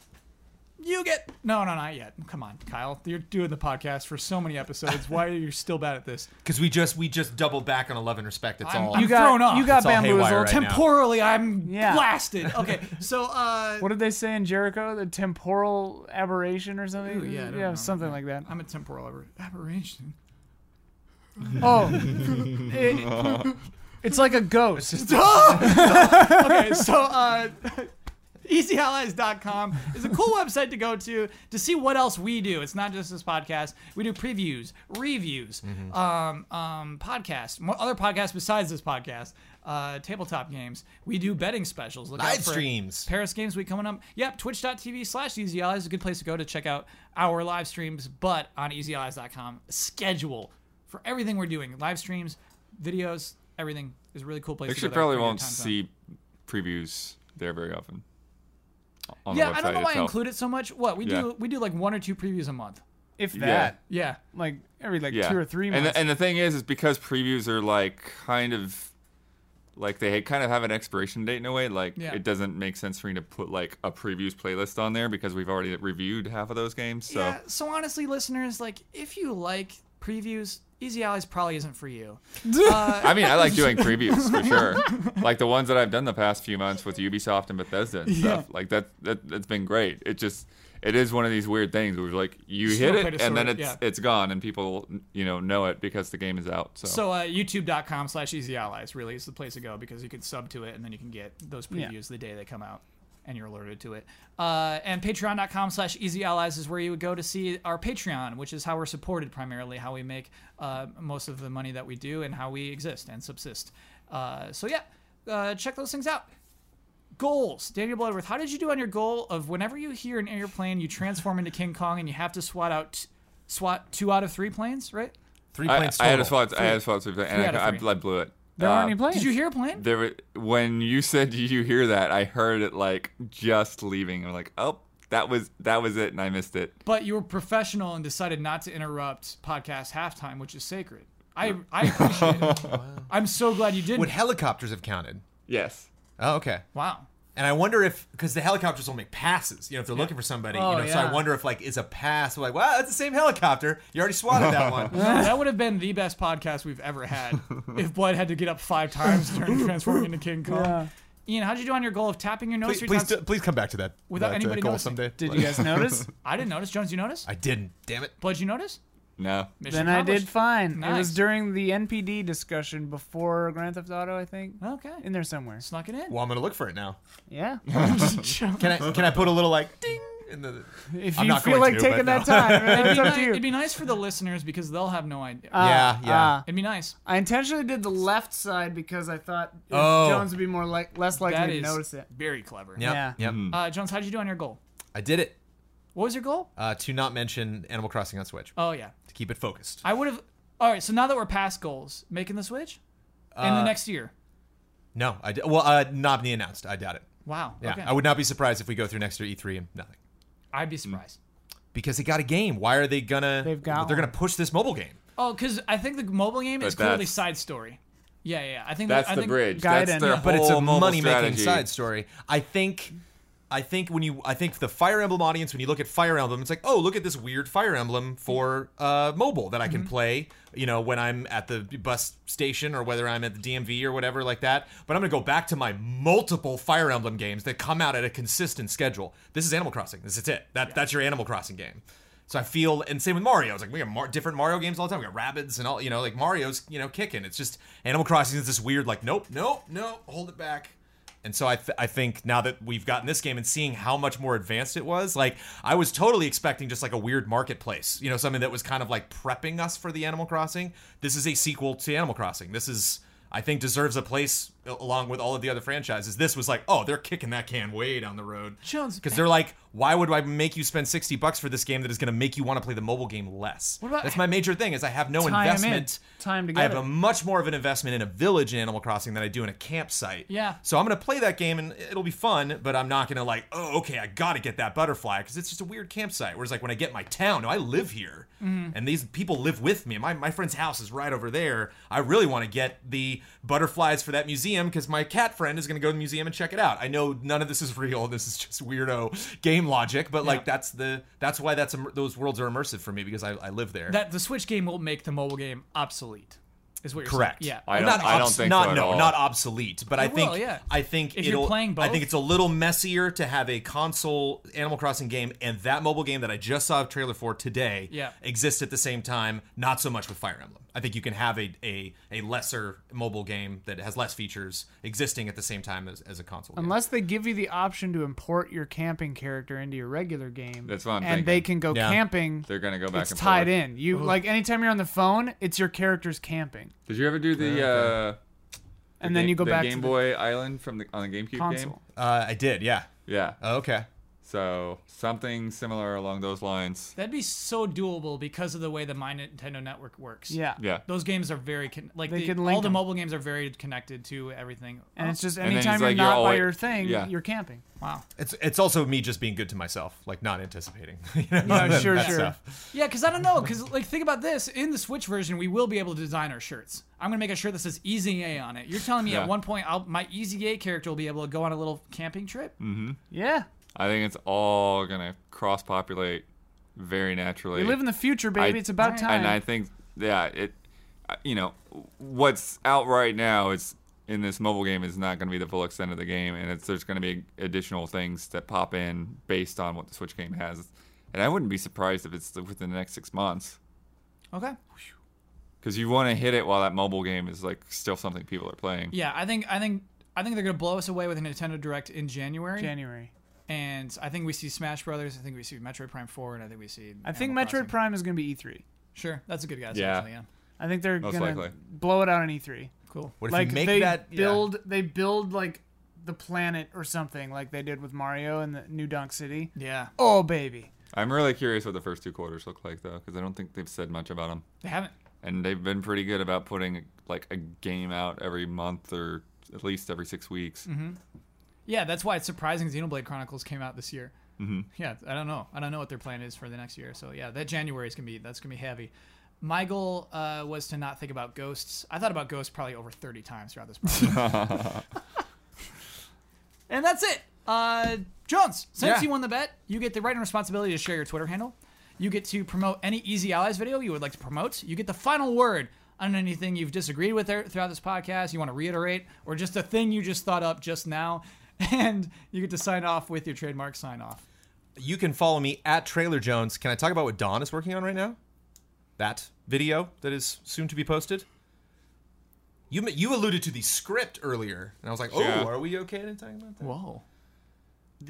you get no, no, not yet. Come on, Kyle, you're doing the podcast for so many episodes. Why are you still bad at this?
Because we just we just doubled back on eleven respect. It's
I'm-
all
I'm
You got.
thrown off.
You got
It's all haywire
bamboozled.
right now.
Temporally, I'm
Yeah.
blasted. Okay, so uh,
What did they say in Jericho? The temporal aberration or something?
Ooh, yeah, I don't know.
something like that.
I'm a temporal aber- aberration.
Oh, It- it's like a ghost.
okay, so uh, easyallies.com is a cool website to go to to see what else we do. It's not just this podcast. We do previews, reviews,
Mm-hmm.
um, um, podcasts, mo- other podcasts besides this podcast, uh, tabletop games. We do betting specials. Look out
live
for
streams.
Paris Games Week coming up. Yep, twitch.tv slash Easy Allies is a good place to go to check out our live streams, but on easyallies.com, schedule for everything we're doing live streams, videos, everything is a really cool place to
Actually,
go. there
probably
for your
won't
time zone.
see previews there very often. on
yeah,
the website
I don't know why I
itself.
include it so much. What we
Yeah.
do, we do like one or two previews a month.
if that.
Yeah.
Yeah,
Like every like
yeah.
two or three
And
months.
the, and the thing is, is because previews are like kind of like they kind of have an expiration date in a way. Like
Yeah.
it doesn't make sense for me to put like a previews playlist on there because we've already reviewed half of those games. So
yeah. So honestly, listeners, like if you like previews, Easy Allies probably isn't for you. uh,
I mean, I like doing previews for sure. Like the ones that I've done the past few months with Ubisoft and Bethesda and stuff. Like that, that that's been great. It just it is one of these weird things where like you
Just
hit
no place
it
to
and then
sort it,
it's it's gone and people you know know it because the game is out. So,
So uh, youtube.com slash easy allies really is the place to go because you can sub to it and then you can get those
Yeah.
previews the day they come out and you're alerted to it. Uh, and patreon.com slash easy allies is where you would go to see our Patreon, which is how we're supported primarily, how we make uh, most of the money that we do and how we exist and subsist. Uh, so yeah, uh, check those things out. Goals, Daniel Bloodworth. How did you do on your goal of whenever you hear an airplane, you transform into King Kong and you have to swat out, t- swat two out of three planes, right?
Three
I,
planes
I had a
total.
spot. I had a spot. And
out of
I,
three.
I, I blew it.
there
Uh,
aren't any planes.
Did you hear a plane?
There, were- when you said "Did you hear that, I heard it like just leaving. I'm like, oh, that was that was it, and I missed it.
But you were professional and decided not to interrupt podcast halftime, which is sacred. I, I appreciate it. I'm so glad you didn't.
Would helicopters have counted?
Yes.
Oh, okay.
wow.
And I wonder if because the helicopters will make passes, you know, if they're looking for somebody,
Oh,
you know. So
yeah.
I wonder if like is a pass like, wow, that's the same helicopter. You already swatted that one.
That would have been the best podcast we've ever had if Blood had to get up five times during transforming into King Kong. Ian, how'd you do on your goal of tapping your nose
please,
three
please,
times?
do- please come back to that
Without
that,
anybody
goal
noticing.
someday.
Did you guys notice?
I didn't notice. Jones, you notice?
I didn't. Damn it.
Blood, you notice?
No.
Mission
then I did
accomplished.
fine. It
Nice.
was during the NPD discussion before Grand Theft Auto, I think.
Okay.
In there somewhere.
Snuck it in.
Well, I'm gonna look for it now.
Yeah.
Can I can I put a little like ding in the?
If
I'm
you
not
feel
going
like
to,
taking
but
that
no.
time, man,
it'd,
it's
be
up
ni-
to you.
it'd be nice for the listeners because they'll have no idea.
Yeah,
Ah,
yeah.
ah.
it'd be nice.
I intentionally did the left side because I thought
Oh.
Jones would be more like less likely
That
to
is
notice it.
very clever.
Yep,
Yeah.
Yep.
Mm.
Uh, Jones, how'd you do on your goal?
I did it
What was your goal?
uh, to not mention Animal Crossing on Switch
Oh yeah,
to keep it focused.
I would have. All right, so now that we're past goals, making the switch in
Uh,
the next year.
No, I did. Well, uh, Nobney announced. I doubt it.
Wow.
Yeah,
okay.
I would not be surprised if we go through next year E3 and nothing
I'd
Mm.
be surprised.
because they got a game. Why are they gonna?
They've got
They're
one.
gonna push this mobile game.
Oh, because I think the mobile game is
But
clearly
that's-
side story. Yeah, yeah. yeah. I think
That's
I
the
think,
bridge.
Gaiden,
That's their
yeah.
whole
but it's a
mobile
money making
strategy.
side story. I think I think when you I think the Fire Emblem audience when you look at Fire Emblem it's like, "Oh, look at this weird Fire Emblem for uh, mobile that I can play, you know, when I'm at the bus station or whether I'm at the DMV or whatever like that." But I'm going to go back to my multiple Fire Emblem games that come out at a consistent schedule. This is Animal Crossing. This is it. That that's your Animal Crossing game. So I feel, and same with Mario. It's like we got Mar- different Mario games all the time. We got Rabbids and all, you know, like Mario's, you know, kicking. It's just Animal Crossing is this weird, like, nope, nope, nope, hold it back. And so I, th- I think now that we've gotten this game and seeing how much more advanced it was, like I was totally expecting just like a weird marketplace, you know, something that was kind of like prepping us for the Animal Crossing. This is a sequel to Animal Crossing. This is, I think, deserves a place a- along with all of the other franchises. This was like, oh, they're kicking that can way down the road
Jones,
because they're like, why would I make you spend sixty bucks for this game that is going to make you want to play the mobile game less?
about-
That's my major thing is I have no
Tie 'em in.
investment.
Tie 'em
I have
together.
a much more of an investment in a village in Animal Crossing than I do in a campsite.
Yeah.
So I'm going to play that game and it'll be fun, but I'm not going to like, oh, okay, I got to get that butterfly because it's just a weird campsite. Whereas like when I get my town, I live here, and these people live with me. My my friend's house is right over there. I really want to get the butterflies for that museum because my cat friend is going to go to the museum and check it out. I know none of this is real. This is just weirdo game logic, but like that's the that's why that's immer- those worlds are immersive for me because I, I live there.
that the Switch game will make the mobile game obsolete. Is what you're
Correct.
saying? Yeah.
I don't-
not
I don't
obs-
think
not
so at
no,
all.
not obsolete, but I
It
think
will, yeah.
I think
If you're
it'll
playing
I
both.
think it's a little messier to have a console Animal Crossing game and that mobile game that I just saw a trailer for today
Yeah.
exist at the same time, not so much with Fire Emblem. I think you can have a a, a lesser mobile game that has less features existing at the same time as, as a console game.
Unless they give you the option to import your camping character into your regular game.
That's what I'm
And
thinking.
they can go
Yeah.
camping.
They're gonna go back
it's
and
tied
forth.
in. You like anytime you're on the phone, it's your character's camping.
Did you ever do the? Uh,
And then
Ga-
you go
the
back
Game
to
Boy Island from the on the GameCube
the console.
game.
Uh, I did, yeah.
Yeah.
Oh, okay.
So something similar along those lines.
That'd be so doable because of the way the My Nintendo Network works.
Yeah.
Yeah.
Those games are very con- like
They
the-
can link
all the
them.
mobile games are very connected to everything. Oh,
And it's just
then
anytime
it's
you're
like you're
not by
always-
your thing,
yeah.
you're camping.
wow.
It's it's also me just being good to myself, like not anticipating. you know,
Yeah,
that-
sure,
that
sure.
stuff.
Yeah, because I don't know. Because like, think about this: in the Switch version, we will be able to design our shirts. I'm gonna make a shirt that says Easy A on it. You're telling me
Yeah.
at one point, I'll, my Easy A character will be able to go on a little camping trip.
Mm. Yeah.
I think it's all gonna cross populate very naturally.
We live in the future, baby.
I-
it's about time.
And I think, yeah, it, I- you know, what's out right now is in this mobile game is not going to be the full extent of the game, and it's there's going to be additional things that pop in based on what the Switch game has, and I wouldn't be surprised if it's within the next six months.
Okay.
Because you want to hit it while that mobile game is like still something people are playing.
Yeah, I think I think I think they're gonna blow us away with a Nintendo Direct in January.
January.
and I think we see Smash Brothers. I think we see Metroid Prime Four, and I think we see.
I think
Animal
Metroid
Crossing.
Prime is going to be E E3.
Sure, that's a good guess.
Yeah.
Actually, yeah.
I think they're
Most
going
likely.
to blow it out on E3.
Cool.
What if
like
you make
they
that yeah.
build, they build like the planet or something, like they did with Mario and the New Dunk City.
Yeah.
Oh baby,
I'm really curious what the first two quarters look like though, because I don't think they've said much about them,
They haven't.
and they've been pretty good about putting like a game out every month or at least every six weeks.
Mm-hmm.
Yeah, that's why it's surprising Xenoblade Chronicles came out this year. Mm-hmm. Yeah, I don't know. I don't know what their plan is for the next year. So yeah, that January is gonna be that's gonna be heavy. My goal uh, was to not think about ghosts. I thought about ghosts probably over 30 times throughout this process. and that's it. Uh, Jones, since
Yeah.
you won the bet, you get the right and responsibility to share your Twitter handle. You get to promote any Easy Allies video you would like to promote. You get the final word on anything you've disagreed with there throughout this podcast, you want to reiterate, or just a thing you just thought up just now. And you get to sign off with your trademark sign off.
You can follow me at Trailer Jones. Can I talk about what Don is working on right now? That video that is soon to be posted. You ma- you alluded to the script earlier, and I was like, oh,
Yeah.
are we okay to talk about that?
Whoa.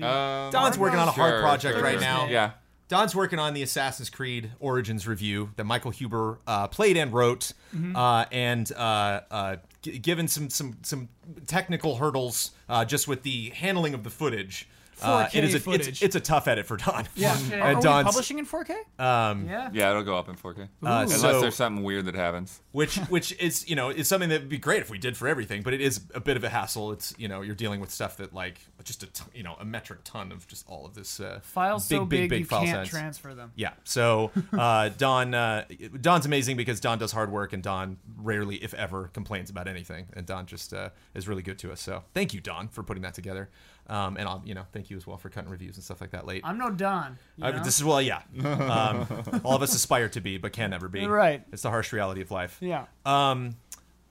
Um,
Don's working on a hard
sure,
project
sure,
right
sure.
now.
Yeah.
Don's working on the Assassin's Creed Origins review that Michael Huber uh, played and wrote,
Mm-hmm.
uh, and uh, uh, g- given some some some technical hurdles uh, just with the handling of the footage. Uh,
4K
it is a,
footage.
It's, it's a tough edit for Don.
Yeah.
Okay.
Are,
Um, and
we
Don's,
publishing in 4K?
yeah.
Yeah, it'll go up in 4K.
uh,
Unless
so-
there's something weird that happens.
which which is you know is something that would be great if we did for everything, but it is a bit of a hassle. It's you know you're dealing with stuff that like just a ton, you know a metric ton of just all of this uh,
Files so big, you can't
size.
transfer them.
Yeah. So uh, Don uh, Don's amazing because Don does hard work and Don rarely, if ever, complains about anything. And Don just uh, is really good to us. So thank you, Don, for putting that together. Um, and I'll, you know, thank you as well for cutting reviews and stuff like that late.
I'm no Don. you
I-
know?
this is well, yeah. Um, all of us aspire to be, but can never be.
Right.
It's the harsh reality of life.
yeah.
Um,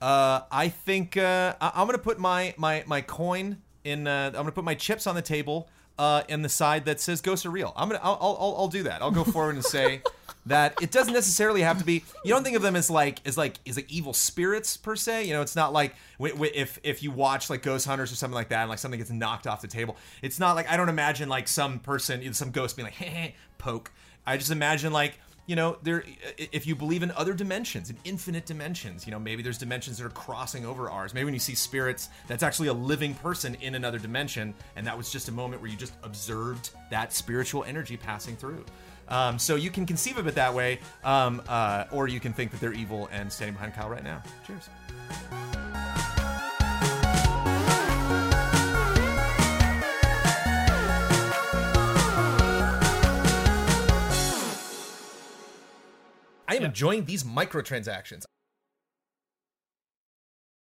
uh, I think uh, I- I'm gonna put my my my coin in. Uh, I'm gonna put my chips on the table uh, in the side that says ghosts are real. I'm gonna I'll I'll, I'll- I'll do that. I'll go forward and say that it doesn't necessarily have to be. You don't think of them as like as like is like evil spirits per se. You know, it's not like wi- wi- if if you watch like Ghost Hunters or something like that, and like something gets knocked off the table. It's not like I don't imagine like some person some ghost being like hey, hey, poke. I just imagine like you know there i- if you believe in other dimensions in infinite dimensions you know maybe there's dimensions that are crossing over ours maybe when you see spirits that's actually a living person in another dimension and that was just a moment where you just observed that spiritual energy passing through um, so you can conceive of it that way um, uh, or you can think that they're evil and standing behind kyle right now cheers i am enjoying these microtransactions